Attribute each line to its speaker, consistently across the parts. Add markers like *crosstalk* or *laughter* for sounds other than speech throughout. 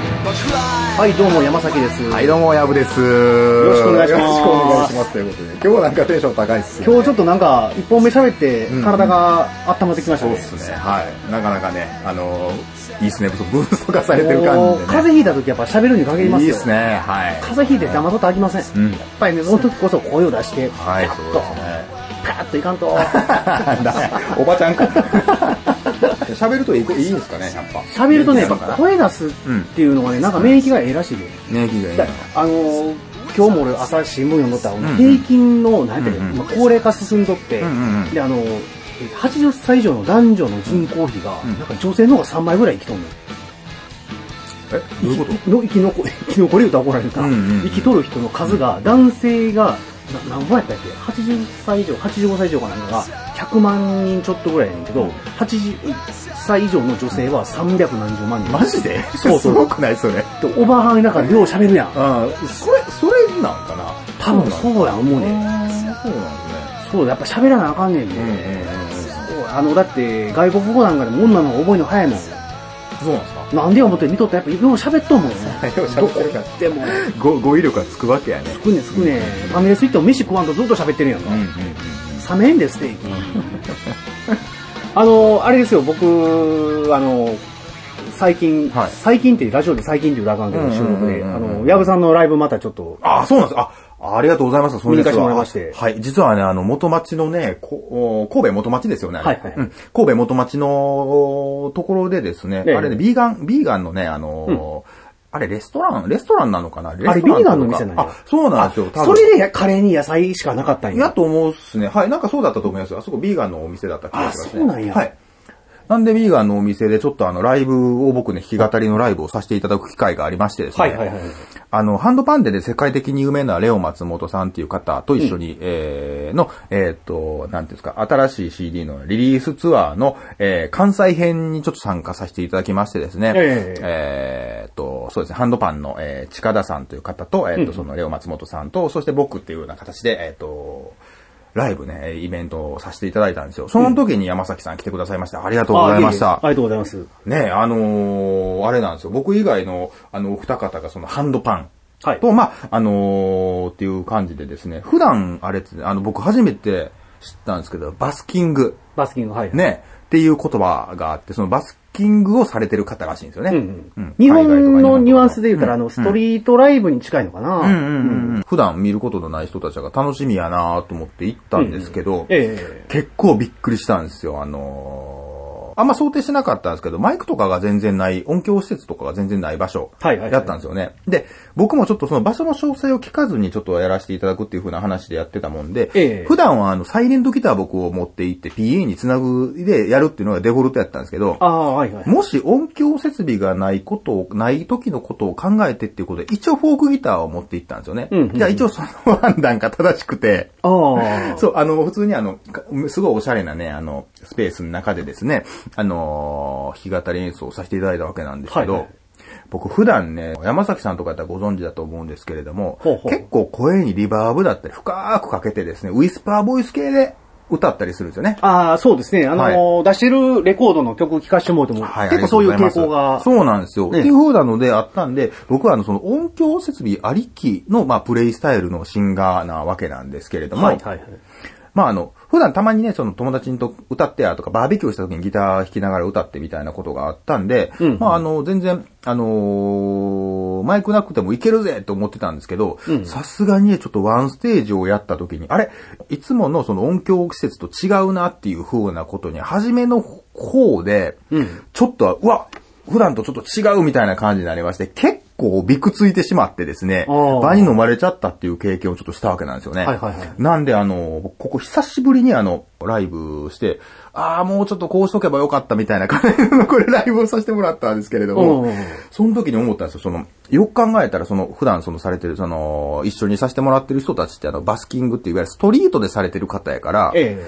Speaker 1: はい、どうも山崎です。
Speaker 2: はい、どうも、やぶです。よ
Speaker 1: ろしくお願いします
Speaker 2: よろしくお願いします。ということで、今日はなんかテンション高いっすね。
Speaker 1: 今日ちょっとなんか、一本目喋って
Speaker 2: う、ん
Speaker 1: 体が温まってきました
Speaker 2: そう
Speaker 1: ね。
Speaker 2: っすね。はい。なかなかね、あのー、いいっすね。ブーストがされてる感
Speaker 1: もう
Speaker 2: じで、ね。
Speaker 1: 風邪ひいた時やっぱ喋るに限ります
Speaker 2: いい
Speaker 1: よ。
Speaker 2: っすね。はい。
Speaker 1: 風邪ひいて黙っとってあきません。
Speaker 2: うん
Speaker 1: やっぱりね、その時こそ声を出して、
Speaker 2: はい、
Speaker 1: パ
Speaker 2: そ
Speaker 1: ッ
Speaker 2: う
Speaker 1: と
Speaker 2: で、すね。
Speaker 1: パーッといかん
Speaker 2: *laughs*
Speaker 1: と。
Speaker 2: だおばちゃんか。 *laughs* 喋るといいいいんですかね、やっぱ。
Speaker 1: 喋るとね、やっぱ
Speaker 2: ね、
Speaker 1: 声出すっていうのがね、なんか免疫がええらしいで。
Speaker 2: ネギがいい
Speaker 1: だ
Speaker 2: な
Speaker 1: あのー今日も俺朝新聞読んどったら、
Speaker 2: ん
Speaker 1: 平均の、なんていうの、
Speaker 2: うんうん
Speaker 1: まあ高齢化進んどって、
Speaker 2: うんうんうん
Speaker 1: で、あのー80歳以上の男女の人口比が、
Speaker 2: ん
Speaker 1: なんか女性の方が3倍ぐらい生きとんのよ。
Speaker 2: え、どういうこと
Speaker 1: の生き残り、 *laughs* 生き残り歌怒られるか、
Speaker 2: うんうんうん
Speaker 1: 生きとる人の数が、男性が、な何本やったっけ ?80 歳以上、85歳以上かなんかが、100万人ちょっとぐらいやねんけど、80歳以上の女性は300何十万人。
Speaker 2: マジで
Speaker 1: そうそう
Speaker 2: *laughs* すごくないそれ。
Speaker 1: でおばはんなんかよう喋るやん。
Speaker 2: ああ、それ、それなんかな。
Speaker 1: 多分そうや思うねん。
Speaker 2: あーそうなんですね。
Speaker 1: そう、やっぱ喋らなあかんねんね。
Speaker 2: うんうんうんうん
Speaker 1: そうあの、だって、外国語なんかでも女の方が覚えるの早いもん。
Speaker 2: そうなんですか
Speaker 1: なんでや思って見とったらやっぱよう喋っとんもんね。
Speaker 2: よう
Speaker 1: ど
Speaker 2: 喋っ
Speaker 1: こ
Speaker 2: てるから
Speaker 1: 行っても、
Speaker 2: 語語彙力がつくわけやね
Speaker 1: つくねつくね。ファミレス行っても飯食わんとずっと喋ってるやんか。
Speaker 2: うん
Speaker 1: 冷めんで、ステーキ。 *laughs* あの、あれですよ、僕、あの、最近、
Speaker 2: はい
Speaker 1: 最近ってラジオで最近っていう裏側
Speaker 2: うん
Speaker 1: の
Speaker 2: うん
Speaker 1: 収
Speaker 2: うんうん
Speaker 1: 録で、あの、矢部さんのライブまたちょっと、
Speaker 2: ああ、そうなんです。あ、ありがとうございます。その
Speaker 1: 見に行かせ
Speaker 2: 説
Speaker 1: てもらい
Speaker 2: は。
Speaker 1: まして
Speaker 2: はい。実はね、あの、元町のね、こお神戸元町ですよね。あれ
Speaker 1: はいはい
Speaker 2: うん神戸元町のところでですね、
Speaker 1: ええ
Speaker 2: あれね、ビーガン、ビーガンのね、あのーあれ、レストラン、レストランなのかなあれ
Speaker 1: あれビーガンの店なんや
Speaker 2: あ、そうなんですよ。多
Speaker 1: そ
Speaker 2: 分
Speaker 1: れでカレーに野菜しかなかったん
Speaker 2: いや
Speaker 1: や。
Speaker 2: と思うっすね。はい。なんかそうだったと思いますよ。あそこビーガンのお店だった気がしますね。
Speaker 1: あそうなんや
Speaker 2: はい。なんでビーガンのお店でちょっとあのライブを僕ね、弾き語りのライブをさせていただく機会がありましてですね。
Speaker 1: はいはいはい。
Speaker 2: あの、ハンドパンデで世界的に有名なレオ松本さんっていう方と一緒に、えー、の、えーっと、なんていうんですか、新しい CD のリリースツアーの、えー、関西編にちょっと参加させていただきましてですね、
Speaker 1: ええ
Speaker 2: えーっと、そうですね、ハンドパンの、えー、近田さんという方と、えーっと、そのレオ松本さんと、そして僕っていうような形で、えーっと、ライブね、イベントをさせていただいたんですよ。その時に山崎さん来てくださいまして、ありがとうございまし
Speaker 1: あ
Speaker 2: た。
Speaker 1: ええありがとうございます。
Speaker 2: ねえ、あのーあれなんですよ。僕以外の、あの、お二方がそのハンドパン。
Speaker 1: はい
Speaker 2: と、まあ、あのーっていう感じでですね。普段、あれって、あの、僕初めて知ったんですけど、バスキング。
Speaker 1: バスキング、はい。
Speaker 2: ねえ、っていう言葉があって、そのバスキングをされてる方らしいんですよね。
Speaker 1: うんう
Speaker 2: うん
Speaker 1: ん。日本のニュアンスで言
Speaker 2: う
Speaker 1: うたら、あの、ストリートライブに近いのかな。
Speaker 2: うんうんうんうん普段見ることのない人たちが楽しみやなと思って行ったんですけど、
Speaker 1: ええ
Speaker 2: 結構びっくりしたんですよ。あのーあんま想定しなかったんですけど、マイクとかが全然ない、音響施設とかが全然ない場所、
Speaker 1: はいはいはい
Speaker 2: やったんですよね。で、僕もちょっとその場所の詳細を聞かずにちょっとやらせていただくっていう風な話でやってたもんで、
Speaker 1: ええ
Speaker 2: 普段はあの、サイレントギター僕を持って行って PA につなぐでやるっていうのがデフォルトやったんですけど、
Speaker 1: ああ、はいはい。
Speaker 2: もし音響設備がないことを、ない時のことを考えてっていうことで、一応フォークギターを持っていったんですよね。
Speaker 1: うんうん
Speaker 2: じゃあ一応その判断が正しくて、
Speaker 1: ああ。
Speaker 2: そう、あの、普通にあの、かすごいおしゃれなね、あの、スペースの中でですね、あのー弾き語り演奏をさせていただいたわけなんですけど、
Speaker 1: はいはい
Speaker 2: 僕普段ね、山崎さんとかだったらご存知だと思うんですけれども、
Speaker 1: ほうほう
Speaker 2: 結構声にリバーブだったり深くかけてですね、ウィスパーボイス系で歌ったりするんですよね。
Speaker 1: ああ、そうですね。あのー出してるレコードの曲聴かせてもらうとも、
Speaker 2: はい、
Speaker 1: 結構そういう傾向
Speaker 2: あ
Speaker 1: が。
Speaker 2: りとうございますそうなんですよ。
Speaker 1: ね
Speaker 2: っていう風なのであったんで、僕はあの、その音響設備ありきの、まあ、プレイスタイルのシンガーなわけなんですけれども、
Speaker 1: はいはいはい。
Speaker 2: まああの、普段たまにね、その友達と歌ってやとか、バーベキューした時にギター弾きながら歌ってみたいなことがあったんで、
Speaker 1: うん
Speaker 2: まああの、全然、あのーマイクなくてもいけるぜと思ってたんですけど
Speaker 1: うん、
Speaker 2: さすがにね、ちょっとワンステージをやった時に、あれいつものその音響施設と違うなっていう風なことに、初めの方で、
Speaker 1: うん
Speaker 2: ちょっとは、うわ普段とちょっと違うみたいな感じになりまして、結構びくついてしまってですね、
Speaker 1: あー
Speaker 2: 場に飲まれちゃったっていう経験をちょっとしたわけなんですよね。
Speaker 1: はいはいはい
Speaker 2: なんで、あの、僕ここ久しぶりにあの、ライブして、ああ、もうちょっとこうしとけばよかったみたいな感じの、こ *laughs* れライブをさせてもらったんですけれど
Speaker 1: うんうんう
Speaker 2: も
Speaker 1: ん、
Speaker 2: その時に思ったんですよ。その、よく考えたら、その、普段そのされてる、その、一緒にさせてもらってる人たちって、あの、バスキングっていわゆるストリートでされてる方やから、
Speaker 1: え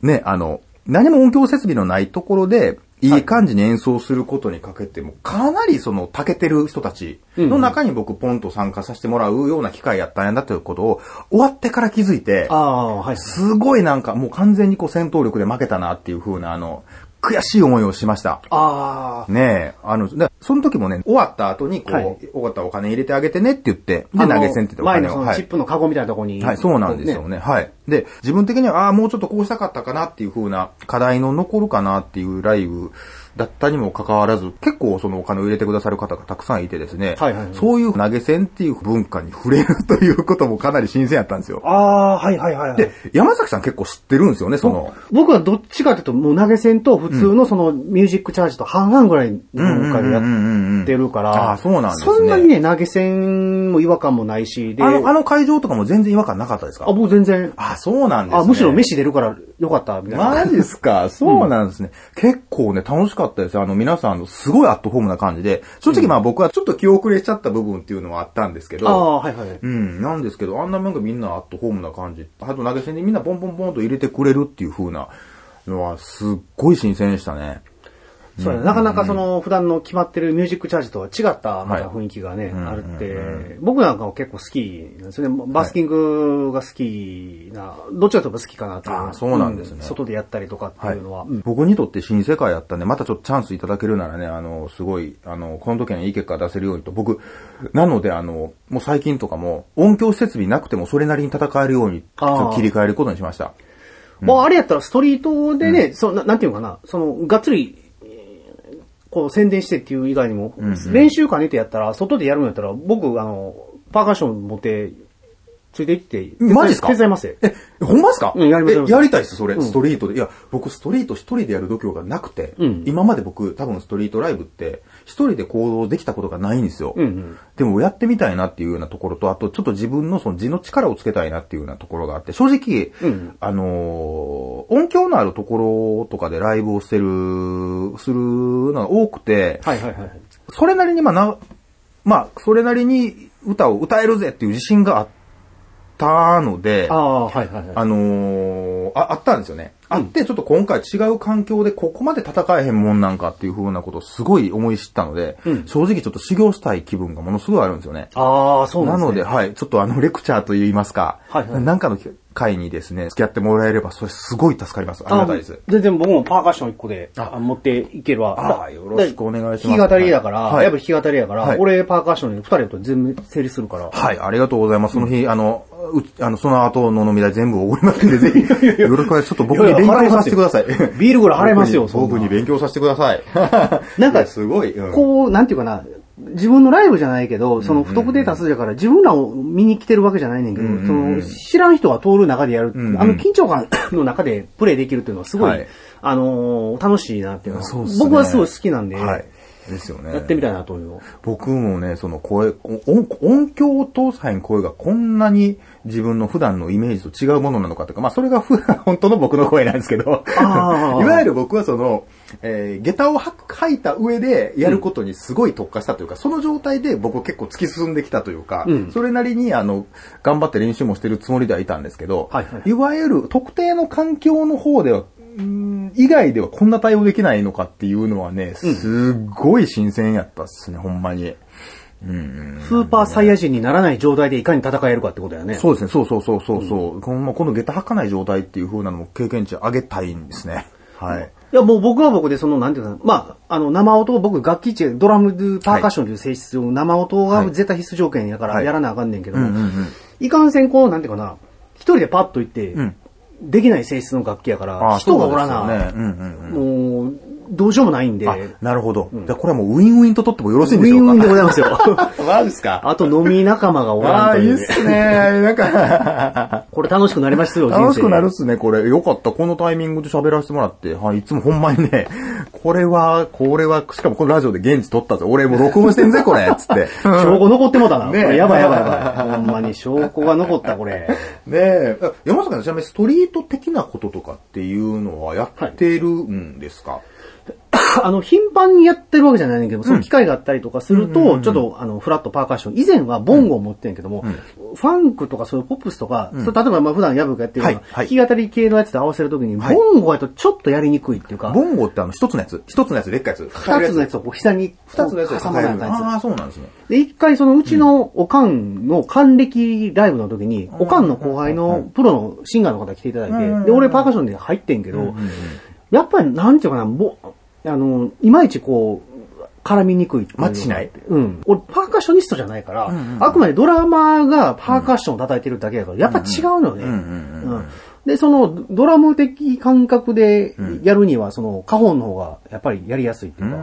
Speaker 2: ね、あの、何も音響設備のないところで、いい感じに演奏することにかけても、かなりその、たけてる人たちの中に僕、ポンと参加させてもらうような機会やったんやなということを、終わってから気づいて
Speaker 1: えあ、あ、はい。
Speaker 2: すごいなんか、もう完全にこう戦闘力で負けたなっていう風な、あの、悔しい思いをしました。
Speaker 1: ああ。
Speaker 2: ねえ、あの、だその時もね、終わった後に、こう、
Speaker 1: はい
Speaker 2: 終わったらお金入れてあげてねって言って、で、投げ銭って言ってお
Speaker 1: 前
Speaker 2: 金
Speaker 1: の
Speaker 2: を。
Speaker 1: そのチップのカゴみたいなとこに。
Speaker 2: はい、そうなんですよね。はい。で、自分的には、ああ、もうちょっとこうしたかったかなっていう風な課題の残るかなっていうライブだったにもかかわらず、結構そのお金を入れてくださる方がたくさんいてですね、
Speaker 1: はいはいはい
Speaker 2: そういう投げ銭っていう文化に触れるということもかなり新鮮やったんですよ。
Speaker 1: ああ、はいはいはい、はい。
Speaker 2: で、山崎さん結構知ってるんですよね、その。
Speaker 1: 僕はどっちかというと、もう投げ銭と普通のそのミュージックチャージと半々ぐらいの文化でやってるか
Speaker 2: うんうんうんうん
Speaker 1: ら、
Speaker 2: あそうなんですね
Speaker 1: そんなにね、投げ銭も違和感もないし、で、
Speaker 2: あの、あの会場とかも全然違和感なかったですか
Speaker 1: あ僕全然、
Speaker 2: あ、そうなんですね。
Speaker 1: あ、むしろ飯出るからよかった、みたいな。
Speaker 2: マジっすかそうなんですね、結構ね、楽しかったですよ。あの、皆さんのすごいアットホームな感じで、正直まあ僕はちょっと気遅れしちゃった部分っていうのはあったんですけ
Speaker 1: あ
Speaker 2: ど、
Speaker 1: あ、はいはい。
Speaker 2: うん、なんですけど、あんななんかみんなアットホームな感じ。あと投げ銭でみんなポンポンポンと入れてくれるっていう風なのは、すっごい新鮮でしたね。
Speaker 1: そうやななかなかその普段の決まってるミュージックチャージとは違ったまた
Speaker 2: はい
Speaker 1: 雰囲気がね、
Speaker 2: ん
Speaker 1: あるって、僕なんかも結構好きなんですよね。バスキングが好きな、どっちかというと好きかなっていう。
Speaker 2: あそうなんですね
Speaker 1: 外でやったりとかっていうのは。うん
Speaker 2: 僕にとって新世界やったんで、またちょっとチャンスいただけるならね、あの、すごい、あの、この時にはいい結果出せるようにと、僕、なので、あの、もう最近とかも、音響設備なくてもそれなりに戦えるように、ち
Speaker 1: あー
Speaker 2: ょっと切り替えることにしました。
Speaker 1: まあ、あれやったらストリートでね、そのななんていうのかな、その、がっつり、えーこう、宣伝してっていう以外にも、練習兼ねてやったら、外でやるんやったら、僕、あの、パーカッション持って、ついていって、手伝い
Speaker 2: マジっすか
Speaker 1: 手伝いますよ。
Speaker 2: え、ほんまっすか
Speaker 1: うんやりますやります
Speaker 2: えやりたいっす、それ、
Speaker 1: うん
Speaker 2: ストリートで。いや、僕、ストリート一人でやる度胸がなくて、
Speaker 1: うん
Speaker 2: 今まで僕、多分ストリートライブって、一人で行動できたことがないんですよ。
Speaker 1: うんうん
Speaker 2: でも、やってみたいなっていうようなところと、あと、ちょっと自分のその字の力をつけたいなっていうようなところがあって、正直、
Speaker 1: うん
Speaker 2: あのー音響のあるところとかでライブをしてる、するのが多くて、
Speaker 1: はいはいはい。
Speaker 2: それなりに、まあな、まあ、それなりに歌を歌えるぜっていう自信があったので、
Speaker 1: ああ、はいはいはい。
Speaker 2: あのーあ、あったんですよね。あって、ちょっと今回違う環境でここまで戦えへんもんなんかっていう風なことをすごい思い知ったので、
Speaker 1: うん
Speaker 2: 正直ちょっと修行したい気分がものすごいあるんですよね。
Speaker 1: ああ、そうな
Speaker 2: なん
Speaker 1: ですね
Speaker 2: ので、はい、ちょっとあの、レクチャーと言いますか、
Speaker 1: はいはい
Speaker 2: なんかの会にですね、付き合ってもらえれば、それすごい助かります。ありがたいです。
Speaker 1: 全然僕もパーカッション1個であ持っていけるわ。
Speaker 2: ああよろしくお願いします
Speaker 1: 弾き語りだから、
Speaker 2: はい
Speaker 1: やっぱ弾き語りだから、
Speaker 2: はい
Speaker 1: 俺パーカッションに2人と全部整理するから。
Speaker 2: はい、ありがとうございます。その日、あの、うちあの、その後の飲み代全部おごりますんで、
Speaker 1: *laughs*
Speaker 2: ぜひ、よろしくお願いします。ちょっと僕に勉強させてください。
Speaker 1: ビールぐらい払いますよ、そんな
Speaker 2: 僕に勉強させてください。
Speaker 1: *laughs* なんか
Speaker 2: いやすごい。うん
Speaker 1: こう、なんていうかな、自分のライブじゃないけど、その不特定多数だから、自分らを見に来てるわけじゃないねんけど、その知らん人が通る中でやる、
Speaker 2: んうん
Speaker 1: あの緊張感の中でプレイできるっていうのはすごい、
Speaker 2: はい
Speaker 1: あのー楽しいなっていうのは、
Speaker 2: そうっすね
Speaker 1: 僕はすごい好きなんで、
Speaker 2: はい。ですよね。
Speaker 1: やってみたいなという。
Speaker 2: 僕もね、その声、音音響を搭載の声がこんなに自分の普段のイメージと違うものなのかというか、まあそれが普段本当の僕の声なんですけど、 *laughs* い
Speaker 1: あー
Speaker 2: わゆる僕はその、えー、下駄をは履いた上でやることにすごい特化したというか、その状態で僕結構突き進んできたというか、
Speaker 1: うん
Speaker 2: それなりにあの、頑張って練習もしてるつもりではいたんですけど、
Speaker 1: はいはい
Speaker 2: いわゆる特定の環境の方では、うん以外ではこんな対応できないのかっていうのはね、すっごい新鮮やったっすね、ほんまに。うん。
Speaker 1: スーパーサイヤ人にならない状態でいかに戦えるかってことだよね。
Speaker 2: そうですね、そうそうそうそうそう、この、まあこの下駄履かない状態っていう風なのも経験値上げたいんですね。はい。
Speaker 1: いや、もう僕は僕で、その、なんていうかな、まあ、あの、生音を僕、楽器ってドラム、パーカッションという性質を、生音が絶対必須条件やから、
Speaker 2: はい
Speaker 1: やらなあかんねんけど、
Speaker 2: うんうんう
Speaker 1: も
Speaker 2: ん
Speaker 1: いかんせん、こう、なんていうかな、一人でパッと行って
Speaker 2: ん、
Speaker 1: できない性質の楽器やか
Speaker 2: あ
Speaker 1: ら、
Speaker 2: ー
Speaker 1: 人がおらな、
Speaker 2: そうですよねうんうんうん
Speaker 1: もう、どうしようもないんで、ウ
Speaker 2: あ、なるほど。じゃあこれはもうウィンウィンと取ってもよろしいんで
Speaker 1: ィ
Speaker 2: しょう
Speaker 1: ン
Speaker 2: か
Speaker 1: ウィンでございますよ。 *laughs*
Speaker 2: マジですか
Speaker 1: あと、飲み仲間がおらん
Speaker 2: あ
Speaker 1: と
Speaker 2: ーい
Speaker 1: い
Speaker 2: いうっ
Speaker 1: ね、
Speaker 2: すね。
Speaker 1: *laughs*
Speaker 2: なんか、
Speaker 1: これ楽しくなりますよ、人生。
Speaker 2: 楽しくなるっすね、これ。よかった。このタイミングで喋らせてもらって。はい、いつもほんまにね、これは、これは、しかもこのラジオで現地撮ったぞ。俺もう録音してんぜ、これ。つって。
Speaker 1: 証拠残ってもうたな。こ
Speaker 2: ねえ
Speaker 1: れやばいやばいやばい。ほんまに証拠が残った、これ。
Speaker 2: ねえ。あ山崎さん、ちなみにストリート的なこととかっていうのはやってるんですか、
Speaker 1: あの、頻繁にやってるわけじゃないねんだけど、その機会があったりとかすると、ちょっと、あの、フラットパーカッション、以前はボンゴを持ってんけども、ファンクとかそういうポップスとか、そう例えばまあ普段ヤブがやってるような、
Speaker 2: はいはい
Speaker 1: 弾き語り系のやつと合わせるときに、
Speaker 2: はい
Speaker 1: ボンゴやとちょっとやりにくいっていうか、
Speaker 2: ボンゴってあの、一つのやつ。一つのやつ、でっかいやつ。
Speaker 1: 二つのやつをこう膝に
Speaker 2: 二つのやつを
Speaker 1: 挟
Speaker 2: 抱
Speaker 1: ま
Speaker 2: え
Speaker 1: ない
Speaker 2: る。あ
Speaker 1: や
Speaker 2: あ、そうなんですね。
Speaker 1: つ。で、一回そのうちのおかんの還暦ライブの時に、おかんの後輩のプロのシンガーの方来ていただいて、で、俺パーカッションで入ってんけど、やっぱり、なんていうかな、もう、あの、いまいちこう、絡みにくいってうのが
Speaker 2: マッチしない
Speaker 1: うん。俺、パーカッショニストじゃないから、
Speaker 2: んうんうん
Speaker 1: あくまでドラマーがパーカッションを叩いてるだけだから、やっぱ違うのよね。
Speaker 2: うんうんうんうん
Speaker 1: うんで、その、ドラム的感覚でやるには、その、カホンの方が、やっぱりやりやすいっていうか、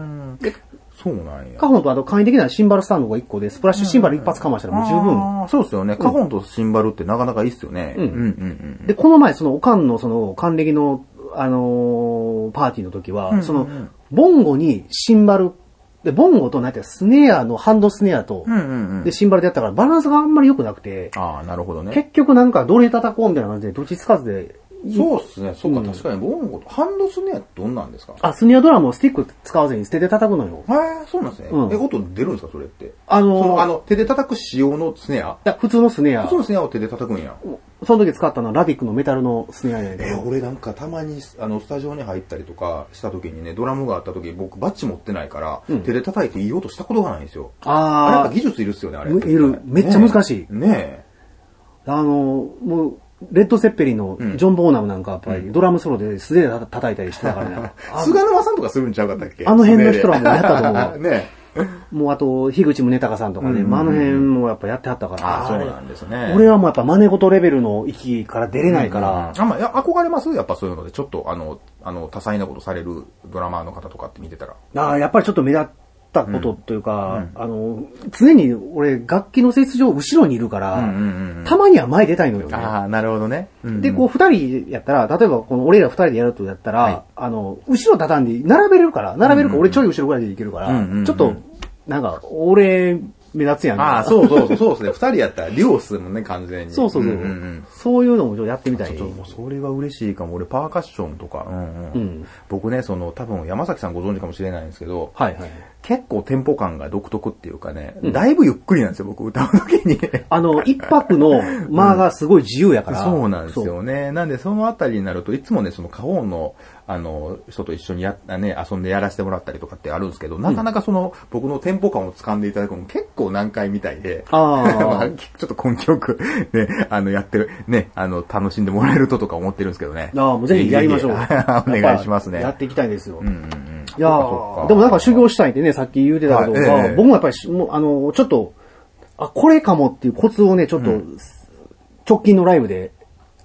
Speaker 2: えそうなんや。
Speaker 1: カホンとあと簡易的なシンバルスタンドが1個で、スプラッシュシンバル一発かましたらもう十分。
Speaker 2: あーそうですよね。カホンとシンバルってなかなかいいっすよね。
Speaker 1: うん
Speaker 2: うんうん
Speaker 1: で、この前、その、オカンの、その、還暦の、あのーパーティーの時は、
Speaker 2: うん
Speaker 1: その、ボンゴにシンバル、で、ボンゴと、なんていうかスネアの、ハンドスネアと
Speaker 2: うん。う、んうんうん
Speaker 1: で、。シンバルでやったから、バランスがあんまり良くなくて、
Speaker 2: ああ、なるほどね。
Speaker 1: 結局なんか、どれ叩こうみたいな感じで、どっちつかずで、
Speaker 2: そうっすね。そうか、
Speaker 1: うん
Speaker 2: 確かに。ボンゴと、ハンドスネアってどんなんですか
Speaker 1: あ、スネアドラムをスティック使わずに捨てて叩くのよ。
Speaker 2: へえ、そうなんですね。
Speaker 1: うん
Speaker 2: え、音出るんですかそれって。
Speaker 1: あのー
Speaker 2: そのあの、手で叩く仕様のスネア
Speaker 1: いや普通のスネア。
Speaker 2: そうスネアを手で叩くんや。
Speaker 1: その時使ったのはラディックのメタルのスネアやねんけ
Speaker 2: え、
Speaker 1: ど。
Speaker 2: 俺なんかたまに、あの、スタジオに入ったりとかした時にね、ドラムがあった時僕バッチ持ってないから、
Speaker 1: うん
Speaker 2: 手で叩いていい音したことがないんですよ。あれやっ
Speaker 1: あ
Speaker 2: ぱ技術いるっすよね、あれ。
Speaker 1: いるめっちゃ難しい
Speaker 2: ねえね
Speaker 1: あ、あの、もう、レッド・セッペリンの
Speaker 2: うん
Speaker 1: ジョン・ボーナムなんかやっぱりドラムソロで素手で叩いたりしてたから
Speaker 2: *laughs*
Speaker 1: ね。
Speaker 2: え。菅沼さんとかするんちゃうかったっけ
Speaker 1: あの辺の人らもやったと思う
Speaker 2: *laughs* ねえ。
Speaker 1: もうあと、樋口宗隆さんとかね、
Speaker 2: うん
Speaker 1: まああの辺もやっぱやってはったから。
Speaker 2: ああ、そうなんですね。
Speaker 1: 俺はもうやっぱ真似事レベルの域から出れないから、
Speaker 2: うんあ、まあいや、憧れますやっぱそういうので、ちょっとあの、あの、多彩なことされるドラマーの方とかって見てたら。
Speaker 1: ああやっぱりちょっと目立ったことというか、あの、常に俺楽器の性質上後ろにいるから、
Speaker 2: うんうんうん
Speaker 1: たまには前出たいのよね。
Speaker 2: あ、なるほどね。
Speaker 1: で、こう、二人やったら、例えば、この俺ら二人でやるとやったら、
Speaker 2: はい
Speaker 1: あの、後ろ畳んで、並べれるから、並べるから、
Speaker 2: うん
Speaker 1: 俺ちょい後ろぐらいでいけるから、
Speaker 2: うんうんうん
Speaker 1: ちょっと、なんか、俺、目立つやん。
Speaker 2: ああ、そうそうそう、そうですね。二人やったら、デュオっすもんね、完全に。
Speaker 1: そうそうそう。
Speaker 2: んんん
Speaker 1: そういうのもちょっとやってみたい。
Speaker 2: ちょっともうそれは嬉しいかも。俺、パーカッションとか。うんうん
Speaker 1: うん
Speaker 2: 僕ね、その、多分山崎さんご存知かもしれないんですけど、
Speaker 1: はいはい。
Speaker 2: 結構テンポ感が独特っていうかね、だいぶゆっくりなんですよ、僕歌う時に。
Speaker 1: あの、一泊の間がすごい自由やから。
Speaker 2: そうなんです
Speaker 1: そう。
Speaker 2: よね。なんで、そのあたりになると、いつもね、その、花王の、あの、人と一緒にや、ね、遊んでやらせてもらったりとかってあるんですけど、なかなかその、僕のテンポ感を掴んでいただくのも結構難解みたいで、
Speaker 1: あー
Speaker 2: *laughs* まちょっと根気よく、ね、あの、やってる、ね、あの、楽しんでもらえるととか思ってるんですけどね。
Speaker 1: ああ、もうぜひやりましょう。
Speaker 2: ええええお願いします
Speaker 1: や
Speaker 2: ね。
Speaker 1: っぱやっていきたいですよ。
Speaker 2: うんうんうん。
Speaker 1: いや
Speaker 2: そっ
Speaker 1: ーでもなんか修行したいってね、さっき言うてたけど、
Speaker 2: はいええ
Speaker 1: あ僕もやっぱりし、もうあの、ちょっと、あ、これかもっていうコツをね、ちょっと、直近のライブで、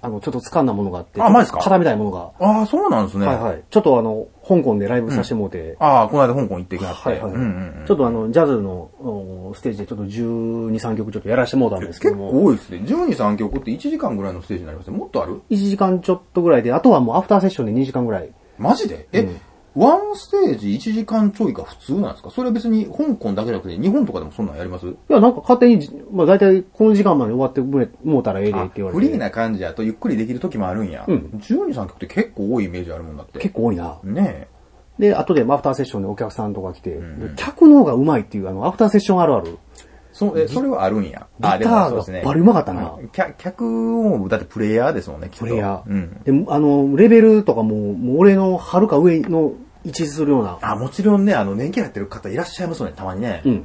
Speaker 1: あの、ちょっと掴んだものがあって、
Speaker 2: あマジっすか
Speaker 1: 固めたいものが。
Speaker 2: ああ、そうなんですね。
Speaker 1: はいはい。ちょっとあの、香港でライブさせてもうて、
Speaker 2: ああ、この間香港行ってきはって。
Speaker 1: はいはい、
Speaker 2: うんうんうん
Speaker 1: ちょっとあの、ジャズのおステージでちょっと12、3曲ちょっとやらせてもうたんですけ
Speaker 2: 結
Speaker 1: ど
Speaker 2: 構
Speaker 1: も、
Speaker 2: 多いですね。12、3曲って1時間ぐらいのステージになりますね。もっとある
Speaker 1: 1時間ちょっとぐらいで、あとはもうアフターセッションで2時間ぐらい。
Speaker 2: マジでえ、ワンステージ1時間ちょいが普通なんですかそれは別に香港だけじゃなくて日本とかでもそんなんやります
Speaker 1: いや、なんか勝手にじ、まあ大体この時間まで終わってくれ、もうたらええでって言われて。
Speaker 2: フリーな感じやとゆっくりできる時もあるんや。
Speaker 1: うん
Speaker 2: 12、3曲って結構多いイメージあるもんだって。
Speaker 1: 結構多いな。
Speaker 2: ね
Speaker 1: で、後でアフターセッションでお客さんとか来て、客の方がうまいっていう、あの、アフターセッションあるある。
Speaker 2: え。そえそれはあるんや。あ
Speaker 1: ギターがバリうまかったな。
Speaker 2: うん客客も、だってプレイヤーですもんね、きっと。
Speaker 1: プレイヤー。
Speaker 2: うん。
Speaker 1: で、あの、レベルとかも、もう俺の遥か上の位置するような。
Speaker 2: あ、もちろんね、あの、年季入ってる方いらっしゃいますよね、たまにね。
Speaker 1: うん
Speaker 2: うん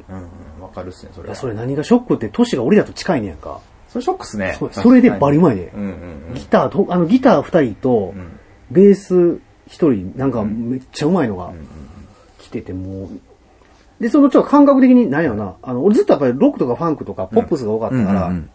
Speaker 2: うん。わかるっすね、それ
Speaker 1: いや
Speaker 2: は。
Speaker 1: それ何がショックって、都市が俺だと近いねやんか。
Speaker 2: それショックっすね
Speaker 1: そう。それでバリうまいね
Speaker 2: うんうんうん。
Speaker 1: ギターと、あの、ギター二人と、
Speaker 2: ん
Speaker 1: ベース一人、なんかめっちゃうまいのが、来てて、もう、で、そのちょっと感覚的に、何やろな、あの、俺ずっとやっぱりロックとかファンクとかポップスが多かったから、
Speaker 2: うんうんうん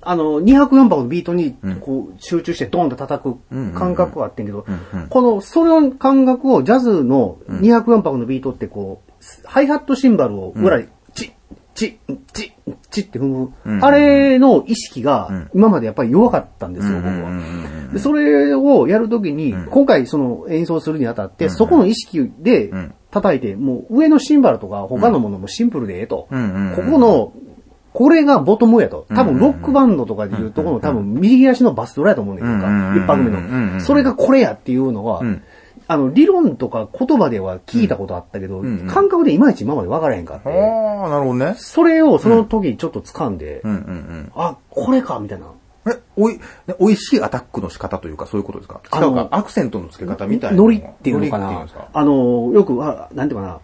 Speaker 1: あの、204番のビートに、こう、集中してドンと叩く感覚はあってんけど
Speaker 2: うんうん、
Speaker 1: この、それの感覚をジャズの204番のビートってこう、ハイハットシンバルを裏で、チッ、チッ、チッ、チッって踏む
Speaker 2: う、ん
Speaker 1: あれの意識が
Speaker 2: ん、
Speaker 1: 今までやっぱり弱かったんですよ、僕
Speaker 2: うんうんうんうん
Speaker 1: は。でそれをやるときに、今回その演奏するにあたって、そこの意識で
Speaker 2: ん
Speaker 1: 叩いて、もう上のシンバルとか他のものもシンプルでええと。こ
Speaker 2: うんうんうん
Speaker 1: この、これがボトムやと。多分ロックバンドとかでいうとこの多分右足のバスドラやと思うねんけど
Speaker 2: うんうんうんうん
Speaker 1: 一発目
Speaker 2: うんうんう
Speaker 1: の。
Speaker 2: ん
Speaker 1: それがこれやっていうのは
Speaker 2: ん、
Speaker 1: あの、理論とか言葉では聞いたことあったけど、
Speaker 2: んうん
Speaker 1: 感覚でいまいち今まで分からへんかって。
Speaker 2: ああ、なるほどね。
Speaker 1: それをその時ちょっと掴んで
Speaker 2: う、んうんうん。
Speaker 1: あ、これか、みたいな。
Speaker 2: え、おい、ね美味しいアタックの仕方というか、そういうことですか
Speaker 1: あ
Speaker 2: 違
Speaker 1: の
Speaker 2: うか、アクセントの付け方みたいな。
Speaker 1: ノリっていうのか
Speaker 2: ノリ
Speaker 1: な
Speaker 2: っていうんですか。
Speaker 1: あの、よく、あなんていうかな、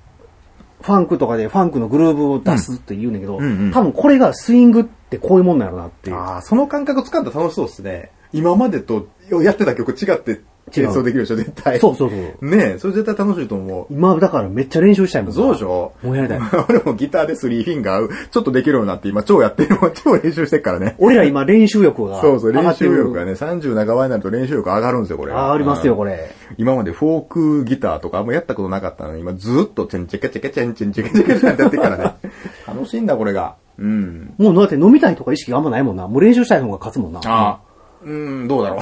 Speaker 1: ファンクとかでファンクのグルーブを出すって言うねんだけど、
Speaker 2: んうんうん
Speaker 1: 多分これがスイングってこういうもんなんやろなっていう。
Speaker 2: ああ、その感覚掴んだら楽しそうですね。今までとよやってた曲違って
Speaker 1: 違
Speaker 2: 演奏
Speaker 1: う。
Speaker 2: できるでしょ、絶対。
Speaker 1: そうそうそう。
Speaker 2: ねえ、それ絶対楽しいと思
Speaker 1: 今、だからめっちゃ練習したいも
Speaker 2: う。
Speaker 1: ん。
Speaker 2: そうでしょ
Speaker 1: もうや
Speaker 2: *laughs*
Speaker 1: りたい。
Speaker 2: 俺もギターでスリーフィンガー、ちょっとできるようになって今超やってる。 *laughs* 超練習してっからね。
Speaker 1: 俺ら今練習欲が。
Speaker 2: *laughs* そうそう、練習力がね、30半ばになると練習力上がるんですよ、これ。
Speaker 1: あありますよ、これ。
Speaker 2: 今までフォークギターとかあんまやったことなかったのに、今ずっとチェンチェケチェケチェンチェンチェケチェケチェンってやってるからね。楽しいんだ、これが。うん。
Speaker 1: もうだって飲みたいとか意識があんまないもんな。もう練習したい方が勝つもんな。
Speaker 2: ああ。うん、どうだろ